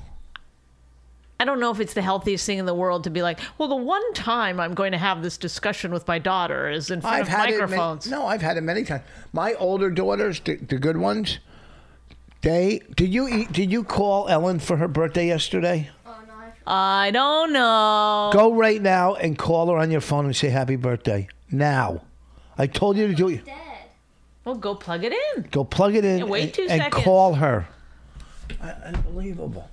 [SPEAKER 3] I don't know if it's the healthiest thing in the world to be like, well, the one time I'm going to have this discussion with my daughter is in front
[SPEAKER 2] I've
[SPEAKER 3] of
[SPEAKER 2] had
[SPEAKER 3] microphones.
[SPEAKER 2] it. ma- no, I've had it many times. My older daughters, the, the good ones, they did you eat, did you call Ellen for her birthday yesterday?
[SPEAKER 4] Oh,
[SPEAKER 3] I don't know.
[SPEAKER 2] Go right now and call her on your phone and say happy birthday. Now. I told you to do it.
[SPEAKER 4] Dead.
[SPEAKER 3] Well, go plug it in.
[SPEAKER 2] Go plug it in
[SPEAKER 3] Yeah, wait
[SPEAKER 2] and,
[SPEAKER 3] two
[SPEAKER 2] and
[SPEAKER 3] seconds.
[SPEAKER 2] call her. I, unbelievable.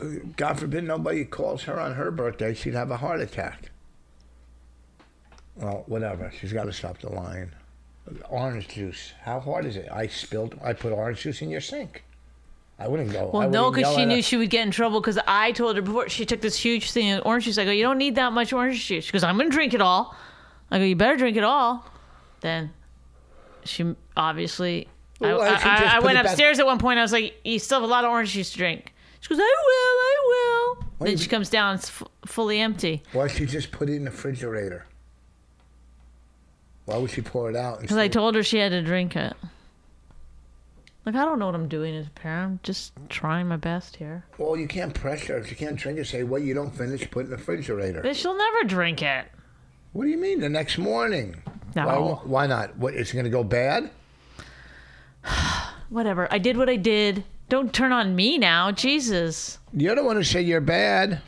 [SPEAKER 2] Uh, God forbid nobody calls her on her birthday, she'd have a heart attack. Well, whatever. She's got to stop the line. Orange juice. How hard is it? I spilled. I put orange juice in your sink. I wouldn't go. I
[SPEAKER 3] Well, no,
[SPEAKER 2] wouldn't
[SPEAKER 3] because
[SPEAKER 2] yell
[SPEAKER 3] she
[SPEAKER 2] at
[SPEAKER 3] knew
[SPEAKER 2] her.
[SPEAKER 3] she would get in trouble. Because I told her before she took this huge thing of orange juice. I go, you don't need that much orange juice. She goes, I'm gonna drink it all. I go, you better drink it all. Then she obviously. I,
[SPEAKER 2] Well, why don't you
[SPEAKER 3] I- I-
[SPEAKER 2] just
[SPEAKER 3] I
[SPEAKER 2] put
[SPEAKER 3] went
[SPEAKER 2] it back-
[SPEAKER 3] upstairs at one point. I was like, you still have a lot of orange juice to drink. She goes, I will, I will.
[SPEAKER 2] Why
[SPEAKER 3] then
[SPEAKER 2] you-
[SPEAKER 3] she comes down, it's f- fully empty.
[SPEAKER 2] Why she just put it in the refrigerator? Why would she pour it out?
[SPEAKER 3] Because I told her she had to drink it. Like I don't know what I'm doing as a parent. I'm just trying my best here.
[SPEAKER 2] Well, you can't pressure. If you can't drink it, say, well, you don't finish, put it in the refrigerator.
[SPEAKER 3] But she'll never drink it.
[SPEAKER 2] What do you mean the next morning?
[SPEAKER 3] No.
[SPEAKER 2] Why, why not? What, it's going to go bad?
[SPEAKER 3] whatever. I did what I did. Don't turn on me now, Jesus.
[SPEAKER 2] You're the one who said you're bad.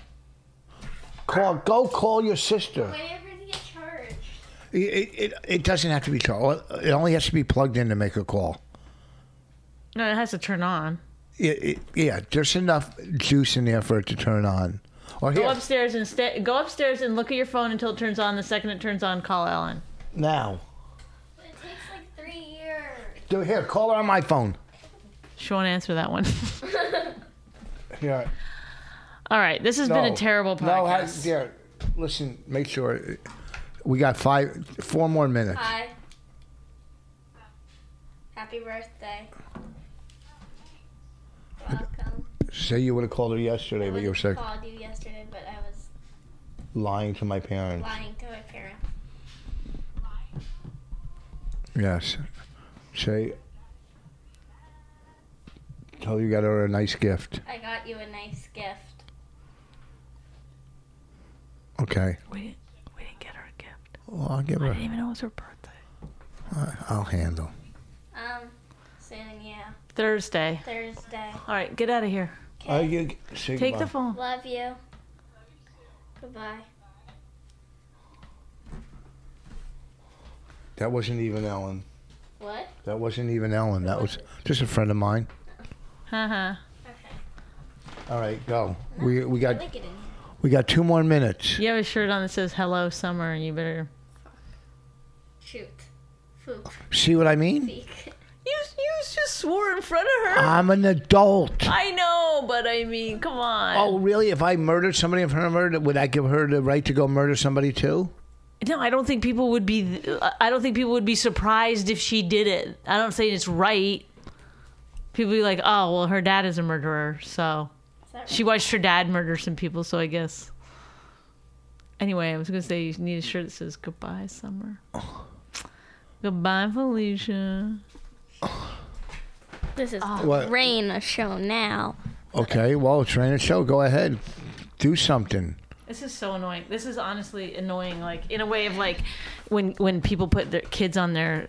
[SPEAKER 2] Call, go call your sister.
[SPEAKER 4] Whenever do you get charged?
[SPEAKER 2] It, it, it, it doesn't have to be charged. It only has to be plugged in to make a call.
[SPEAKER 3] No, it has to turn on.
[SPEAKER 2] It, it, yeah, there's enough juice in there for it to turn on. Or
[SPEAKER 3] Go
[SPEAKER 2] here,
[SPEAKER 3] upstairs and stay. Go upstairs and look at your phone until it turns on. The second it turns on, call Ellen.
[SPEAKER 2] now.
[SPEAKER 4] But it takes like three years.
[SPEAKER 2] Do here, call her on my phone.
[SPEAKER 3] She won't answer that one.
[SPEAKER 2] Yeah.
[SPEAKER 3] All right, this has been a terrible
[SPEAKER 2] No, I,
[SPEAKER 3] podcast.
[SPEAKER 2] yeah. Listen, make sure we got five, four more minutes.
[SPEAKER 3] Uh,
[SPEAKER 4] Hi. Happy birthday. Welcome.
[SPEAKER 2] Say you would have called her yesterday, but you were sick.
[SPEAKER 4] called you yesterday, but I was
[SPEAKER 2] Lying to my parents.
[SPEAKER 4] lying to my parents.
[SPEAKER 2] Yes. Say. Tell you got her a nice gift.
[SPEAKER 4] I got you a nice gift.
[SPEAKER 2] Okay.
[SPEAKER 3] we, didn't, we didn't get her a gift.
[SPEAKER 2] Well, I'll give her.
[SPEAKER 3] even know it was her birthday.
[SPEAKER 2] I'll handle.
[SPEAKER 4] Um, soon, yeah.
[SPEAKER 3] Thursday.
[SPEAKER 4] Thursday.
[SPEAKER 3] All right, get out of here.
[SPEAKER 2] Are you say
[SPEAKER 3] Take
[SPEAKER 2] goodbye.
[SPEAKER 3] the phone.
[SPEAKER 4] Love you. Goodbye.
[SPEAKER 2] That wasn't even Ellen.
[SPEAKER 4] What?
[SPEAKER 2] That wasn't even Ellen. That was just a friend of mine.
[SPEAKER 3] Uh-huh.
[SPEAKER 2] All right, go. We we
[SPEAKER 4] I
[SPEAKER 2] got
[SPEAKER 4] like it in here.
[SPEAKER 2] we got two more minutes.
[SPEAKER 3] You have a shirt on that says "Hello Summer," and you better.
[SPEAKER 4] Shoot. Foop.
[SPEAKER 2] See what I mean?
[SPEAKER 4] Beak.
[SPEAKER 3] You you just swore in front of her.
[SPEAKER 2] I'm an adult.
[SPEAKER 3] I know, but I mean, come on.
[SPEAKER 2] Oh, really? If I murdered somebody in front of her, would I give her the right to go murder somebody too?
[SPEAKER 3] No, I don't think people would be. I don't think people would be surprised if she did it. I don't say it's right. People be like, "Oh, well, her dad is a murderer, so
[SPEAKER 4] that
[SPEAKER 3] she watched her dad murder some people." So I guess. Anyway, I was gonna say you need a shirt that says "Goodbye, Summer." Goodbye, Felicia.
[SPEAKER 4] This is
[SPEAKER 2] What?
[SPEAKER 4] rain a show now.
[SPEAKER 2] Okay, well, it's rain and show. Go ahead. Do something.
[SPEAKER 3] This is so annoying. This is honestly annoying. Like in a way of like when when people put their kids on their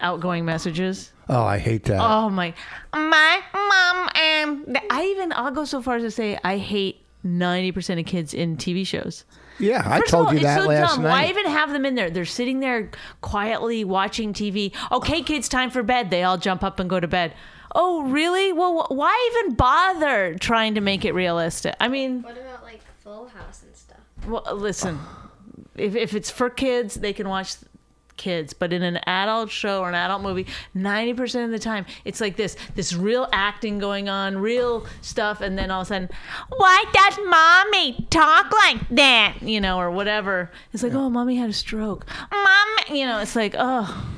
[SPEAKER 3] outgoing messages.
[SPEAKER 2] Oh, I hate that.
[SPEAKER 3] Oh my, my mom and I even I'll go so far as to say I hate ninety percent of kids in TV shows.
[SPEAKER 2] yeah, I
[SPEAKER 3] First of
[SPEAKER 2] told
[SPEAKER 3] all,
[SPEAKER 2] you
[SPEAKER 3] it's
[SPEAKER 2] that
[SPEAKER 3] so
[SPEAKER 2] last
[SPEAKER 3] dumb. Why
[SPEAKER 2] night.
[SPEAKER 3] even have them in there? They're sitting there quietly watching TV. Okay, kids, time for bed. They all jump up and go to bed. Oh, really? Well, wh- why even bother trying to make it realistic? I mean,
[SPEAKER 4] What about like Full House and stuff?
[SPEAKER 3] well, uh, listen, if, if it's for kids, they can watch kids. But in an adult show or an adult movie, 90% of the time, it's like this this real acting going on, real stuff. And then all of a sudden, why does mommy talk like that? You know, or whatever. It's like, oh, mommy had a stroke. Mom, you know, it's like, oh.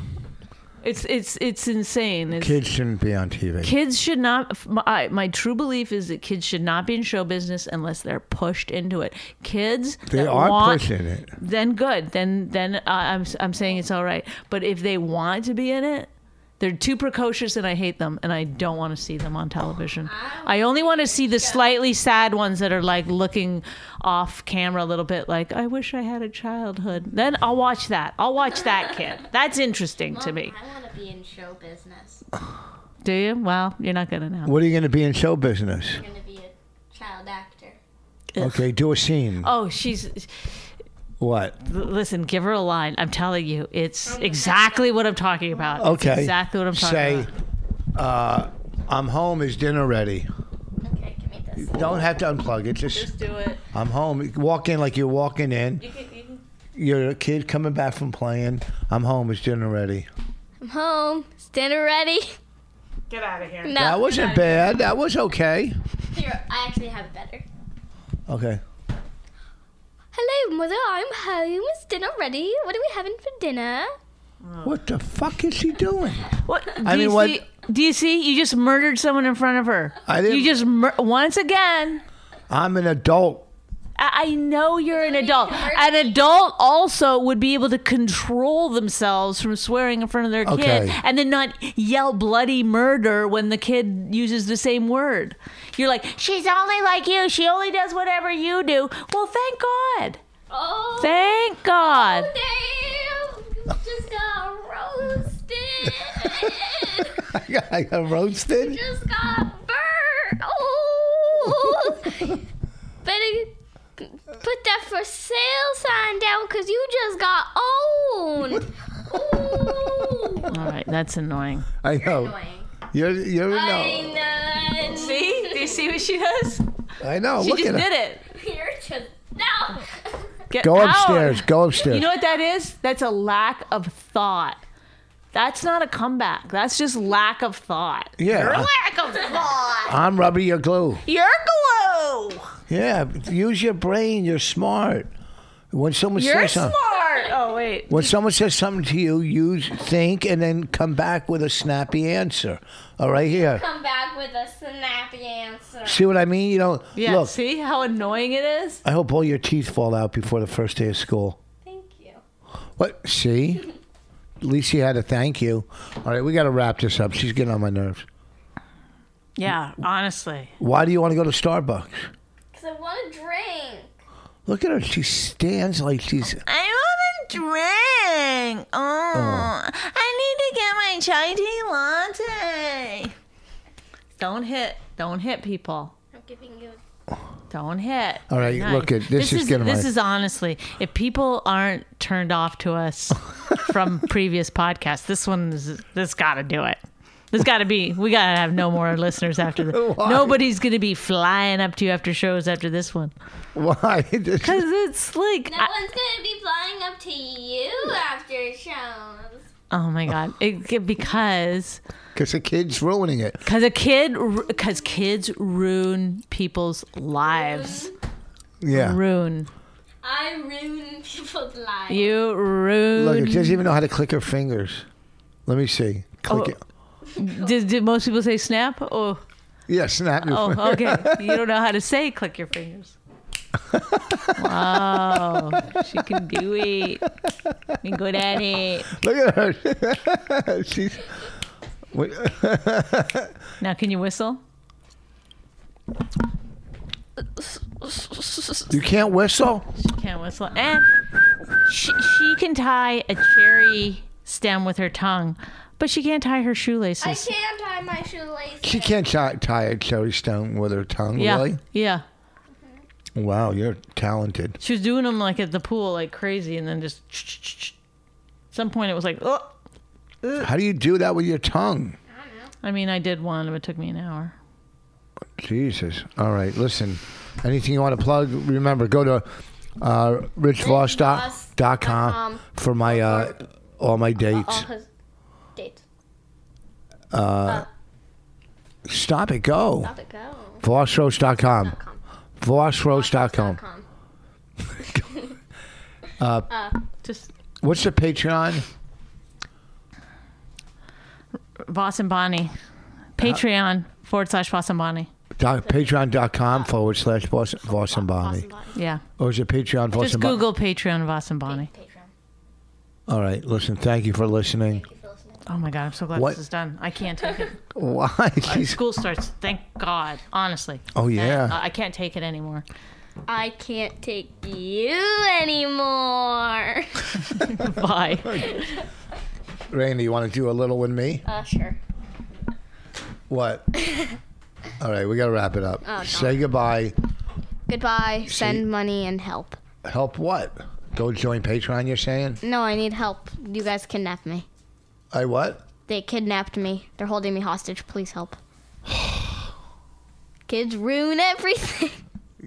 [SPEAKER 3] It's it's it's insane. It's,
[SPEAKER 2] Kids shouldn't be on TV.
[SPEAKER 3] kids should not my, my true belief is that kids should not be in show business unless they're pushed into it kids
[SPEAKER 2] they
[SPEAKER 3] that
[SPEAKER 2] are
[SPEAKER 3] want,
[SPEAKER 2] pushing it.
[SPEAKER 3] then good then then uh, I'm, I'm saying it's all right but if they want to be in it they're too precocious and i hate them and i don't want to see them on television i only want to see the slightly sad ones that are like looking off camera a little bit like i wish i had a childhood then i'll watch that i'll watch that kid that's interesting to me
[SPEAKER 4] Um, I want to be in show business.
[SPEAKER 3] do you well you're not gonna know
[SPEAKER 2] What are you going to be in show business?
[SPEAKER 4] I'm gonna be a child actor.
[SPEAKER 2] Okay, do a scene.
[SPEAKER 3] Oh, she's
[SPEAKER 2] What?
[SPEAKER 3] L- Listen, give her a line. I'm telling you, it's exactly what I'm talking about. It's
[SPEAKER 2] Okay.
[SPEAKER 3] exactly what I'm talking
[SPEAKER 2] Say,
[SPEAKER 3] about.
[SPEAKER 2] uh, I'm home. Is dinner ready?
[SPEAKER 4] Okay, give me this.
[SPEAKER 2] Don't have to unplug it. Just
[SPEAKER 3] do it.
[SPEAKER 2] I'm home. Walk in like you're walking in. You're a kid coming back from playing. I'm home. Is dinner ready?
[SPEAKER 4] I'm home. Is dinner ready?
[SPEAKER 3] Get out of here.
[SPEAKER 4] No.
[SPEAKER 2] That wasn't bad. That was okay.
[SPEAKER 4] Here, I actually have it better.
[SPEAKER 2] Okay.
[SPEAKER 4] Hello, mother. I'm home. Is dinner ready? What are we having for dinner?
[SPEAKER 2] What the fuck is he doing?
[SPEAKER 3] What?
[SPEAKER 2] I
[SPEAKER 3] DC,
[SPEAKER 2] mean, what-
[SPEAKER 3] DC, you just murdered someone in front of her.
[SPEAKER 2] I didn't-
[SPEAKER 3] You just mur- once again.
[SPEAKER 2] I'm an adult.
[SPEAKER 3] I I know you're an adult. An adult also would be able to control themselves from swearing in front of their kid
[SPEAKER 2] Okay.
[SPEAKER 3] and then not yell bloody murder when the kid uses the same word. You're like, she's only like you. She only does whatever you do. Well, thank God.
[SPEAKER 4] Oh,
[SPEAKER 3] Thank God.
[SPEAKER 4] damn! Just got roasted.
[SPEAKER 2] I got roasted.
[SPEAKER 4] just got burned. Oh, better put that for sale sign down because you just got owned. Ooh.
[SPEAKER 3] All right, that's annoying.
[SPEAKER 2] I know.
[SPEAKER 4] Annoying.
[SPEAKER 2] You're you're no.
[SPEAKER 4] I know.
[SPEAKER 3] See? Do you see what she does?
[SPEAKER 2] I know.
[SPEAKER 3] She
[SPEAKER 2] Look
[SPEAKER 3] just
[SPEAKER 2] at
[SPEAKER 3] did
[SPEAKER 2] her.
[SPEAKER 3] it.
[SPEAKER 4] You're just no.
[SPEAKER 3] Get
[SPEAKER 2] Go
[SPEAKER 3] out.
[SPEAKER 2] upstairs. Go upstairs.
[SPEAKER 3] You know what that is? That's a lack of thought. That's not a comeback. That's just lack of thought.
[SPEAKER 2] yeah.
[SPEAKER 3] Lack of thought.
[SPEAKER 2] I'm rubbing your glue.
[SPEAKER 3] You're glue.
[SPEAKER 2] Yeah. Use your brain. You're smart. When someone
[SPEAKER 3] You're
[SPEAKER 2] says something.
[SPEAKER 3] smart. Oh wait.
[SPEAKER 2] When someone says something to you, you think and then come back with a snappy answer. All right, here.
[SPEAKER 4] Come back with a snappy answer.
[SPEAKER 2] See what I mean? You know,
[SPEAKER 3] Yeah.
[SPEAKER 2] look,
[SPEAKER 3] See how annoying it is?
[SPEAKER 2] I hope all your teeth fall out before the first day of school.
[SPEAKER 4] Thank you.
[SPEAKER 2] What? See? At least she had a thank you. All right, we got to wrap this up. She's getting on my nerves.
[SPEAKER 3] Yeah. Honestly.
[SPEAKER 2] Why do you want to go to Starbucks?
[SPEAKER 4] Cause I want a drink.
[SPEAKER 2] Look at her. She stands like she's.
[SPEAKER 3] I want a drink. Oh, I need to get my chai tea latte. Don't hit. Don't hit people.
[SPEAKER 4] I'm giving you.
[SPEAKER 3] Don't hit.
[SPEAKER 2] All right,
[SPEAKER 3] Nice.
[SPEAKER 2] look at this, is getting
[SPEAKER 3] this
[SPEAKER 2] my-
[SPEAKER 3] is honestly, if people aren't turned off to us from previous podcasts, this one is this got to do it. There's got to be. We got to have no more listeners after this.
[SPEAKER 2] Why?
[SPEAKER 3] Nobody's going to be flying up to you after shows after this one
[SPEAKER 2] Why? This-
[SPEAKER 3] because it's like,
[SPEAKER 4] No
[SPEAKER 3] I-
[SPEAKER 4] one's gonna be flying up to you after shows.
[SPEAKER 3] oh my god, it, because
[SPEAKER 2] Because the kid's ruining it.
[SPEAKER 3] because a kid because kids ruin people's lives.
[SPEAKER 2] Yeah.
[SPEAKER 3] Ruin
[SPEAKER 4] I ruin people's lives.
[SPEAKER 3] you ruin.
[SPEAKER 2] Look, she doesn't even know how to click her fingers. Let me see. Click
[SPEAKER 3] Oh.
[SPEAKER 2] it.
[SPEAKER 3] did, did most people say snap? Oh.
[SPEAKER 2] Yeah, snap your finger.
[SPEAKER 3] Oh, okay. You don't know how to say click your fingers. wow. She can do it. Be good at it.
[SPEAKER 2] Look at her. she's. Wait.
[SPEAKER 3] Now, can you whistle?
[SPEAKER 2] You can't whistle?
[SPEAKER 3] She can't whistle. And she, she can tie a cherry stem with her tongue, but she can't tie her
[SPEAKER 4] I
[SPEAKER 3] shoelaces.
[SPEAKER 4] can't tie my shoelaces.
[SPEAKER 2] She can't tie, tie a cherry stone with her tongue,
[SPEAKER 3] yeah.
[SPEAKER 2] really?
[SPEAKER 3] Yeah.
[SPEAKER 2] Wow, you're talented.
[SPEAKER 3] She was doing them like at the pool, like crazy, and then just. Some point it was like, oh.
[SPEAKER 2] How do you do that with your tongue?
[SPEAKER 3] I mean, I did one, but it took me an hour.
[SPEAKER 2] Jesus. All right, listen. Anything you want to plug, remember, go to uh, richvoss.com
[SPEAKER 4] com.
[SPEAKER 2] for my uh, all my
[SPEAKER 4] All
[SPEAKER 2] dates.
[SPEAKER 4] his dates.
[SPEAKER 2] Stop it, go.
[SPEAKER 4] How'd it go?
[SPEAKER 2] VossRoast.com. VossRoast.com.
[SPEAKER 4] Com.
[SPEAKER 3] Just
[SPEAKER 2] What's the Patreon?
[SPEAKER 3] Boss and Bonnie. Patreon forward slash Boss and Bonnie.
[SPEAKER 2] Dot, patreon.com forward slash Voss, Voss and Bonnie.
[SPEAKER 3] Yeah.
[SPEAKER 2] Or is it Patreon Voss
[SPEAKER 3] Just
[SPEAKER 2] and Bonnie?
[SPEAKER 3] Google Patreon Boss and Bonnie.
[SPEAKER 4] Patreon.
[SPEAKER 2] All right, listen, thank you for listening.
[SPEAKER 4] If you listening.
[SPEAKER 3] Oh my God, I'm so glad
[SPEAKER 2] What?
[SPEAKER 3] this is done. I can't take it.
[SPEAKER 2] Why? She's,
[SPEAKER 3] School starts. Thank God. Honestly.
[SPEAKER 2] oh, yeah.
[SPEAKER 3] I, I can't take it anymore.
[SPEAKER 4] I can't take you anymore.
[SPEAKER 3] Bye.
[SPEAKER 2] Randy, you want to do a little with me?
[SPEAKER 4] Uh, sure.
[SPEAKER 2] What? All right, we got to wrap it
[SPEAKER 4] Oh,
[SPEAKER 2] up. Say goodbye.
[SPEAKER 4] Goodbye. Send money and help.
[SPEAKER 2] Help what? Go join Patreon. You're saying
[SPEAKER 4] No, I need help. You guys kidnapped me.
[SPEAKER 2] I what?
[SPEAKER 4] They kidnapped me. They're holding me hostage. Please help. Kids ruin everything.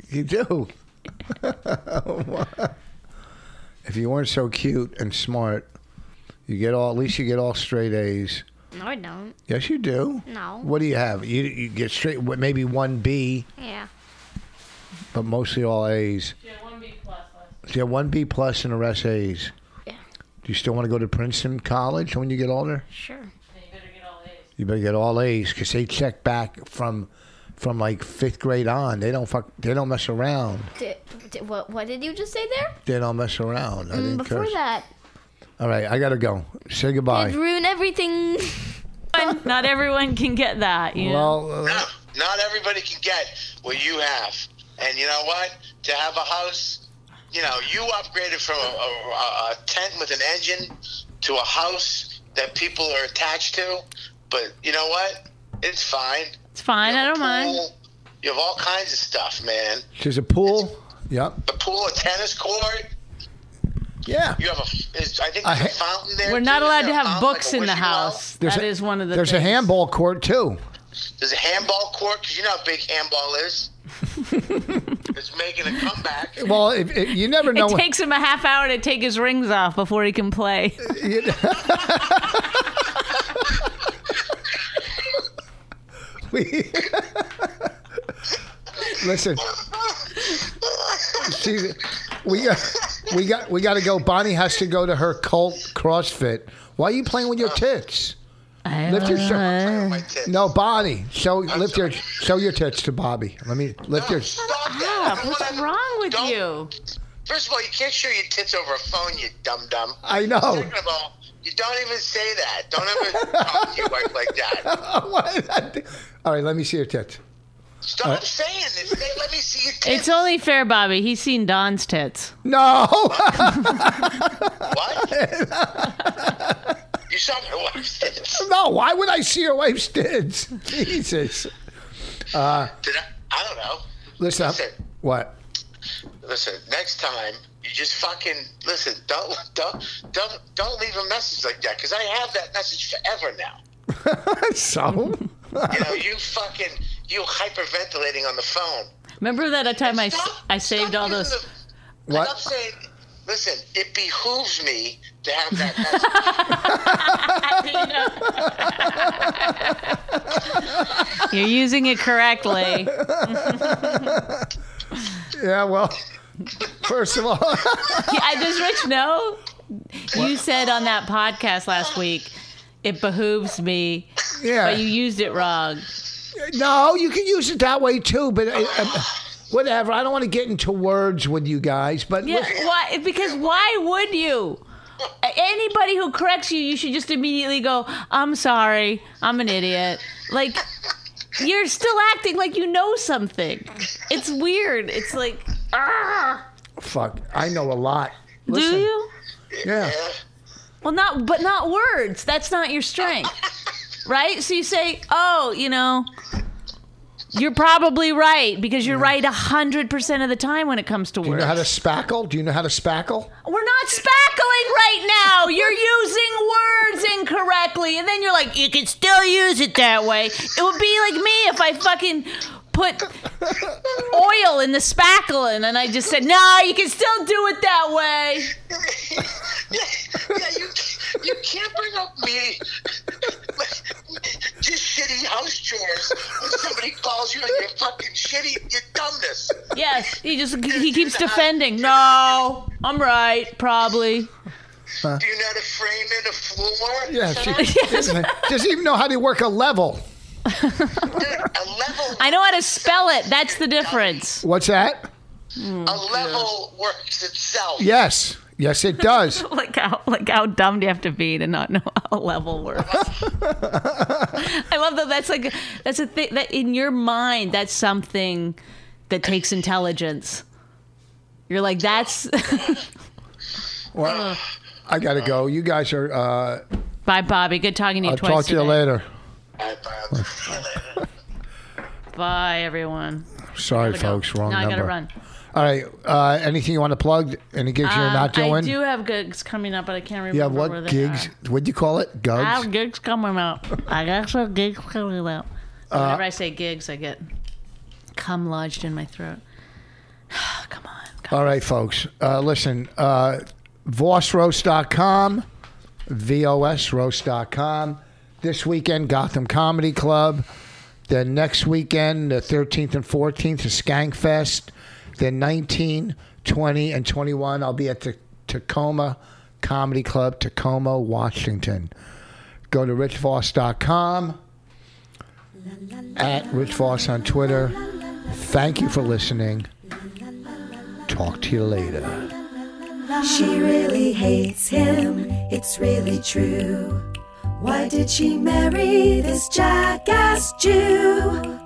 [SPEAKER 2] You do. if you weren't so cute and smart, you get all. At least you get all straight A's.
[SPEAKER 4] No, I don't.
[SPEAKER 2] Yes, you do.
[SPEAKER 4] No.
[SPEAKER 2] What do you have? You, you get straight. what, Maybe one B,
[SPEAKER 4] Yeah.
[SPEAKER 2] but mostly all A's.
[SPEAKER 3] Yeah, one B plus.
[SPEAKER 2] So you have one B plus and the rest A's.
[SPEAKER 4] Yeah.
[SPEAKER 2] Do you still want to go to Princeton College when you get older?
[SPEAKER 4] Sure.
[SPEAKER 3] You better get all A's.
[SPEAKER 2] You better get all A's because they check back from from like fifth grade on. They don't fuck. They don't mess around.
[SPEAKER 4] Did, did, what, what did you just say there?
[SPEAKER 2] They don't mess around. I didn't
[SPEAKER 4] Before
[SPEAKER 2] curse.
[SPEAKER 4] that,
[SPEAKER 2] All right, I gotta go. Say goodbye.
[SPEAKER 4] kids ruin everything.
[SPEAKER 3] Not everyone can get that. You know?
[SPEAKER 2] Well, uh,
[SPEAKER 5] No, not everybody can get what you have. And you know what? To have a house, you know, you upgraded from a, a, a- a tent with an engine to a house that people are attached to. But you know what? It's fine.
[SPEAKER 3] It's fine.
[SPEAKER 5] You
[SPEAKER 3] I
[SPEAKER 5] have a
[SPEAKER 3] don't mind.
[SPEAKER 5] pool. You have all kinds of stuff, man.
[SPEAKER 2] there's a pool. Yep.
[SPEAKER 5] The pool, a tennis court.
[SPEAKER 2] Yeah.
[SPEAKER 5] You have a. Is, I think
[SPEAKER 2] I
[SPEAKER 5] there's a
[SPEAKER 2] ha-
[SPEAKER 5] fountain there.
[SPEAKER 3] We're
[SPEAKER 5] too.
[SPEAKER 3] not
[SPEAKER 5] Isn't
[SPEAKER 3] allowed to
[SPEAKER 5] there a
[SPEAKER 3] have
[SPEAKER 5] fountain, like
[SPEAKER 3] books
[SPEAKER 5] a
[SPEAKER 3] in the
[SPEAKER 5] wishing well?
[SPEAKER 3] house. That is
[SPEAKER 2] a-
[SPEAKER 3] one of the.
[SPEAKER 2] There's
[SPEAKER 3] things.
[SPEAKER 2] a handball court too.
[SPEAKER 5] There's a handball court because you know how big handball is. it's making a comeback.
[SPEAKER 2] Well, if, if- you never know.
[SPEAKER 3] It takes him a half hour to take his rings off before he can play.
[SPEAKER 2] We- Listen, she's, we got we got we got to go. Bonnie has to go to her cult CrossFit. Why are you playing with your tits? Lift your shirt.
[SPEAKER 3] Mm-hmm.
[SPEAKER 5] My tits.
[SPEAKER 2] No, Bonnie. Show lift your show your tits to Bobby. Let me lift your.
[SPEAKER 5] Stop that.
[SPEAKER 3] Stop.
[SPEAKER 5] I
[SPEAKER 3] What's
[SPEAKER 5] don't wanna-
[SPEAKER 3] wrong with
[SPEAKER 5] don't-
[SPEAKER 3] you?
[SPEAKER 5] First of all, you can't show your tits over a phone, you dum dum.
[SPEAKER 2] I know.
[SPEAKER 5] Second of all, you don't even say that. Don't ever talk to your wife like that.
[SPEAKER 2] All right, let me see your tits.
[SPEAKER 5] Stop saying this. Say, Let me see your tits.
[SPEAKER 3] It's only fair, Bobby. He's seen Don's tits.
[SPEAKER 2] No,
[SPEAKER 5] what? you saw my wife's tits.
[SPEAKER 2] no. Why would I see your wife's tits? Jesus.
[SPEAKER 5] Did I? I don't know.
[SPEAKER 2] Listen. up.
[SPEAKER 5] Listen.
[SPEAKER 2] What?
[SPEAKER 5] Listen, next time you just fucking listen. Don't don't don't don't leave a message like that because I have that message forever now.
[SPEAKER 2] So.
[SPEAKER 5] You know, you fucking you hyperventilating on the phone.
[SPEAKER 3] Remember that time I,
[SPEAKER 5] Stop-
[SPEAKER 3] I saved
[SPEAKER 5] stop
[SPEAKER 3] all
[SPEAKER 5] using
[SPEAKER 3] those.
[SPEAKER 5] the-
[SPEAKER 2] What?
[SPEAKER 5] Stop saying. Listen, it behooves me to have that message.
[SPEAKER 3] You're using it correctly.
[SPEAKER 2] Yeah, well, first of all,
[SPEAKER 3] I, does Rich know? You said on that podcast last week, it behooves me,
[SPEAKER 2] yeah.
[SPEAKER 3] but you used it wrong.
[SPEAKER 2] no, you can use it that way too, but uh, uh, whatever. I don't want to get into words with you guys, but
[SPEAKER 3] Yeah,
[SPEAKER 2] listen,
[SPEAKER 3] why? Because why would you? Anybody who corrects you, you should just immediately go, "I'm sorry, I'm an idiot." Like you're still acting like you know something. It's weird. It's like, ah.
[SPEAKER 2] fuck, I know a lot.
[SPEAKER 3] do
[SPEAKER 2] Listen,
[SPEAKER 3] you?
[SPEAKER 2] Yeah.
[SPEAKER 3] Well, not but not words. That's not your strength, right? So you say, "Oh, you know." You're probably right because you're right hundred percent of the time when it comes to words.
[SPEAKER 2] You know how to spackle? Do you know how to spackle?
[SPEAKER 3] We're not spackling right now. You're using words incorrectly. And then you're like, you can still use it that way. It would be like me if I fucking put oil in the spackle and then I just said, nah, you can still do it that way.
[SPEAKER 5] yeah, yeah, you you can't bring up me just shitty house chores when somebody calls you on your fucking shitty your dumbness.
[SPEAKER 3] Yes, he just he keeps defending. No, I'm right, probably.
[SPEAKER 5] Do you know how to frame in a floor?
[SPEAKER 2] Yeah, she doesn't, doesn't even know how to work a level.
[SPEAKER 5] A level
[SPEAKER 3] I know how to spell it. That's the difference.
[SPEAKER 2] What's that?
[SPEAKER 5] a level works itself.
[SPEAKER 2] Yes, yes, it does.
[SPEAKER 3] Like how like how dumb do you have to be to not know how level works? I love that. That's like that's a thing that in your mind that's something that takes intelligence. You're like that's
[SPEAKER 2] Well, I gotta go. You guys are. Uh,
[SPEAKER 3] bye, Bobby. Good talking to you.
[SPEAKER 2] I'll
[SPEAKER 3] twice
[SPEAKER 2] talk to you
[SPEAKER 3] today.
[SPEAKER 2] later.
[SPEAKER 5] I found-
[SPEAKER 3] Bye, everyone.
[SPEAKER 2] Sorry,
[SPEAKER 3] Gotta go.
[SPEAKER 2] folks. Wrong
[SPEAKER 3] no,
[SPEAKER 2] number.
[SPEAKER 3] I gotta run.
[SPEAKER 2] All right. Uh, anything you want to plug? Any gigs you're not
[SPEAKER 3] Um,
[SPEAKER 2] doing?
[SPEAKER 3] I do have gigs coming up, but I can't remember.
[SPEAKER 2] yeah.
[SPEAKER 3] where
[SPEAKER 2] What
[SPEAKER 3] they
[SPEAKER 2] gigs?
[SPEAKER 3] are.
[SPEAKER 2] What'd you call it?
[SPEAKER 3] I
[SPEAKER 2] Gugs.
[SPEAKER 3] have gigs coming up. I got some gigs coming up. Whenever I say gigs, I get cum lodged in my throat. come on. Come
[SPEAKER 2] All right, folks. Uh, listen, uh, VosRoast.com, VOSRoast.com. This weekend, Gotham Comedy Club. Then next weekend, the 13th and 14th, is Skankfest. Then 19, 20, and 21, I'll be at the Tacoma Comedy Club, Tacoma, Washington. Go to richvoss.com, at richvoss on Twitter. Thank you for listening. Talk to you later.
[SPEAKER 1] She really hates him, it's really true. Why did she marry this jackass Jew?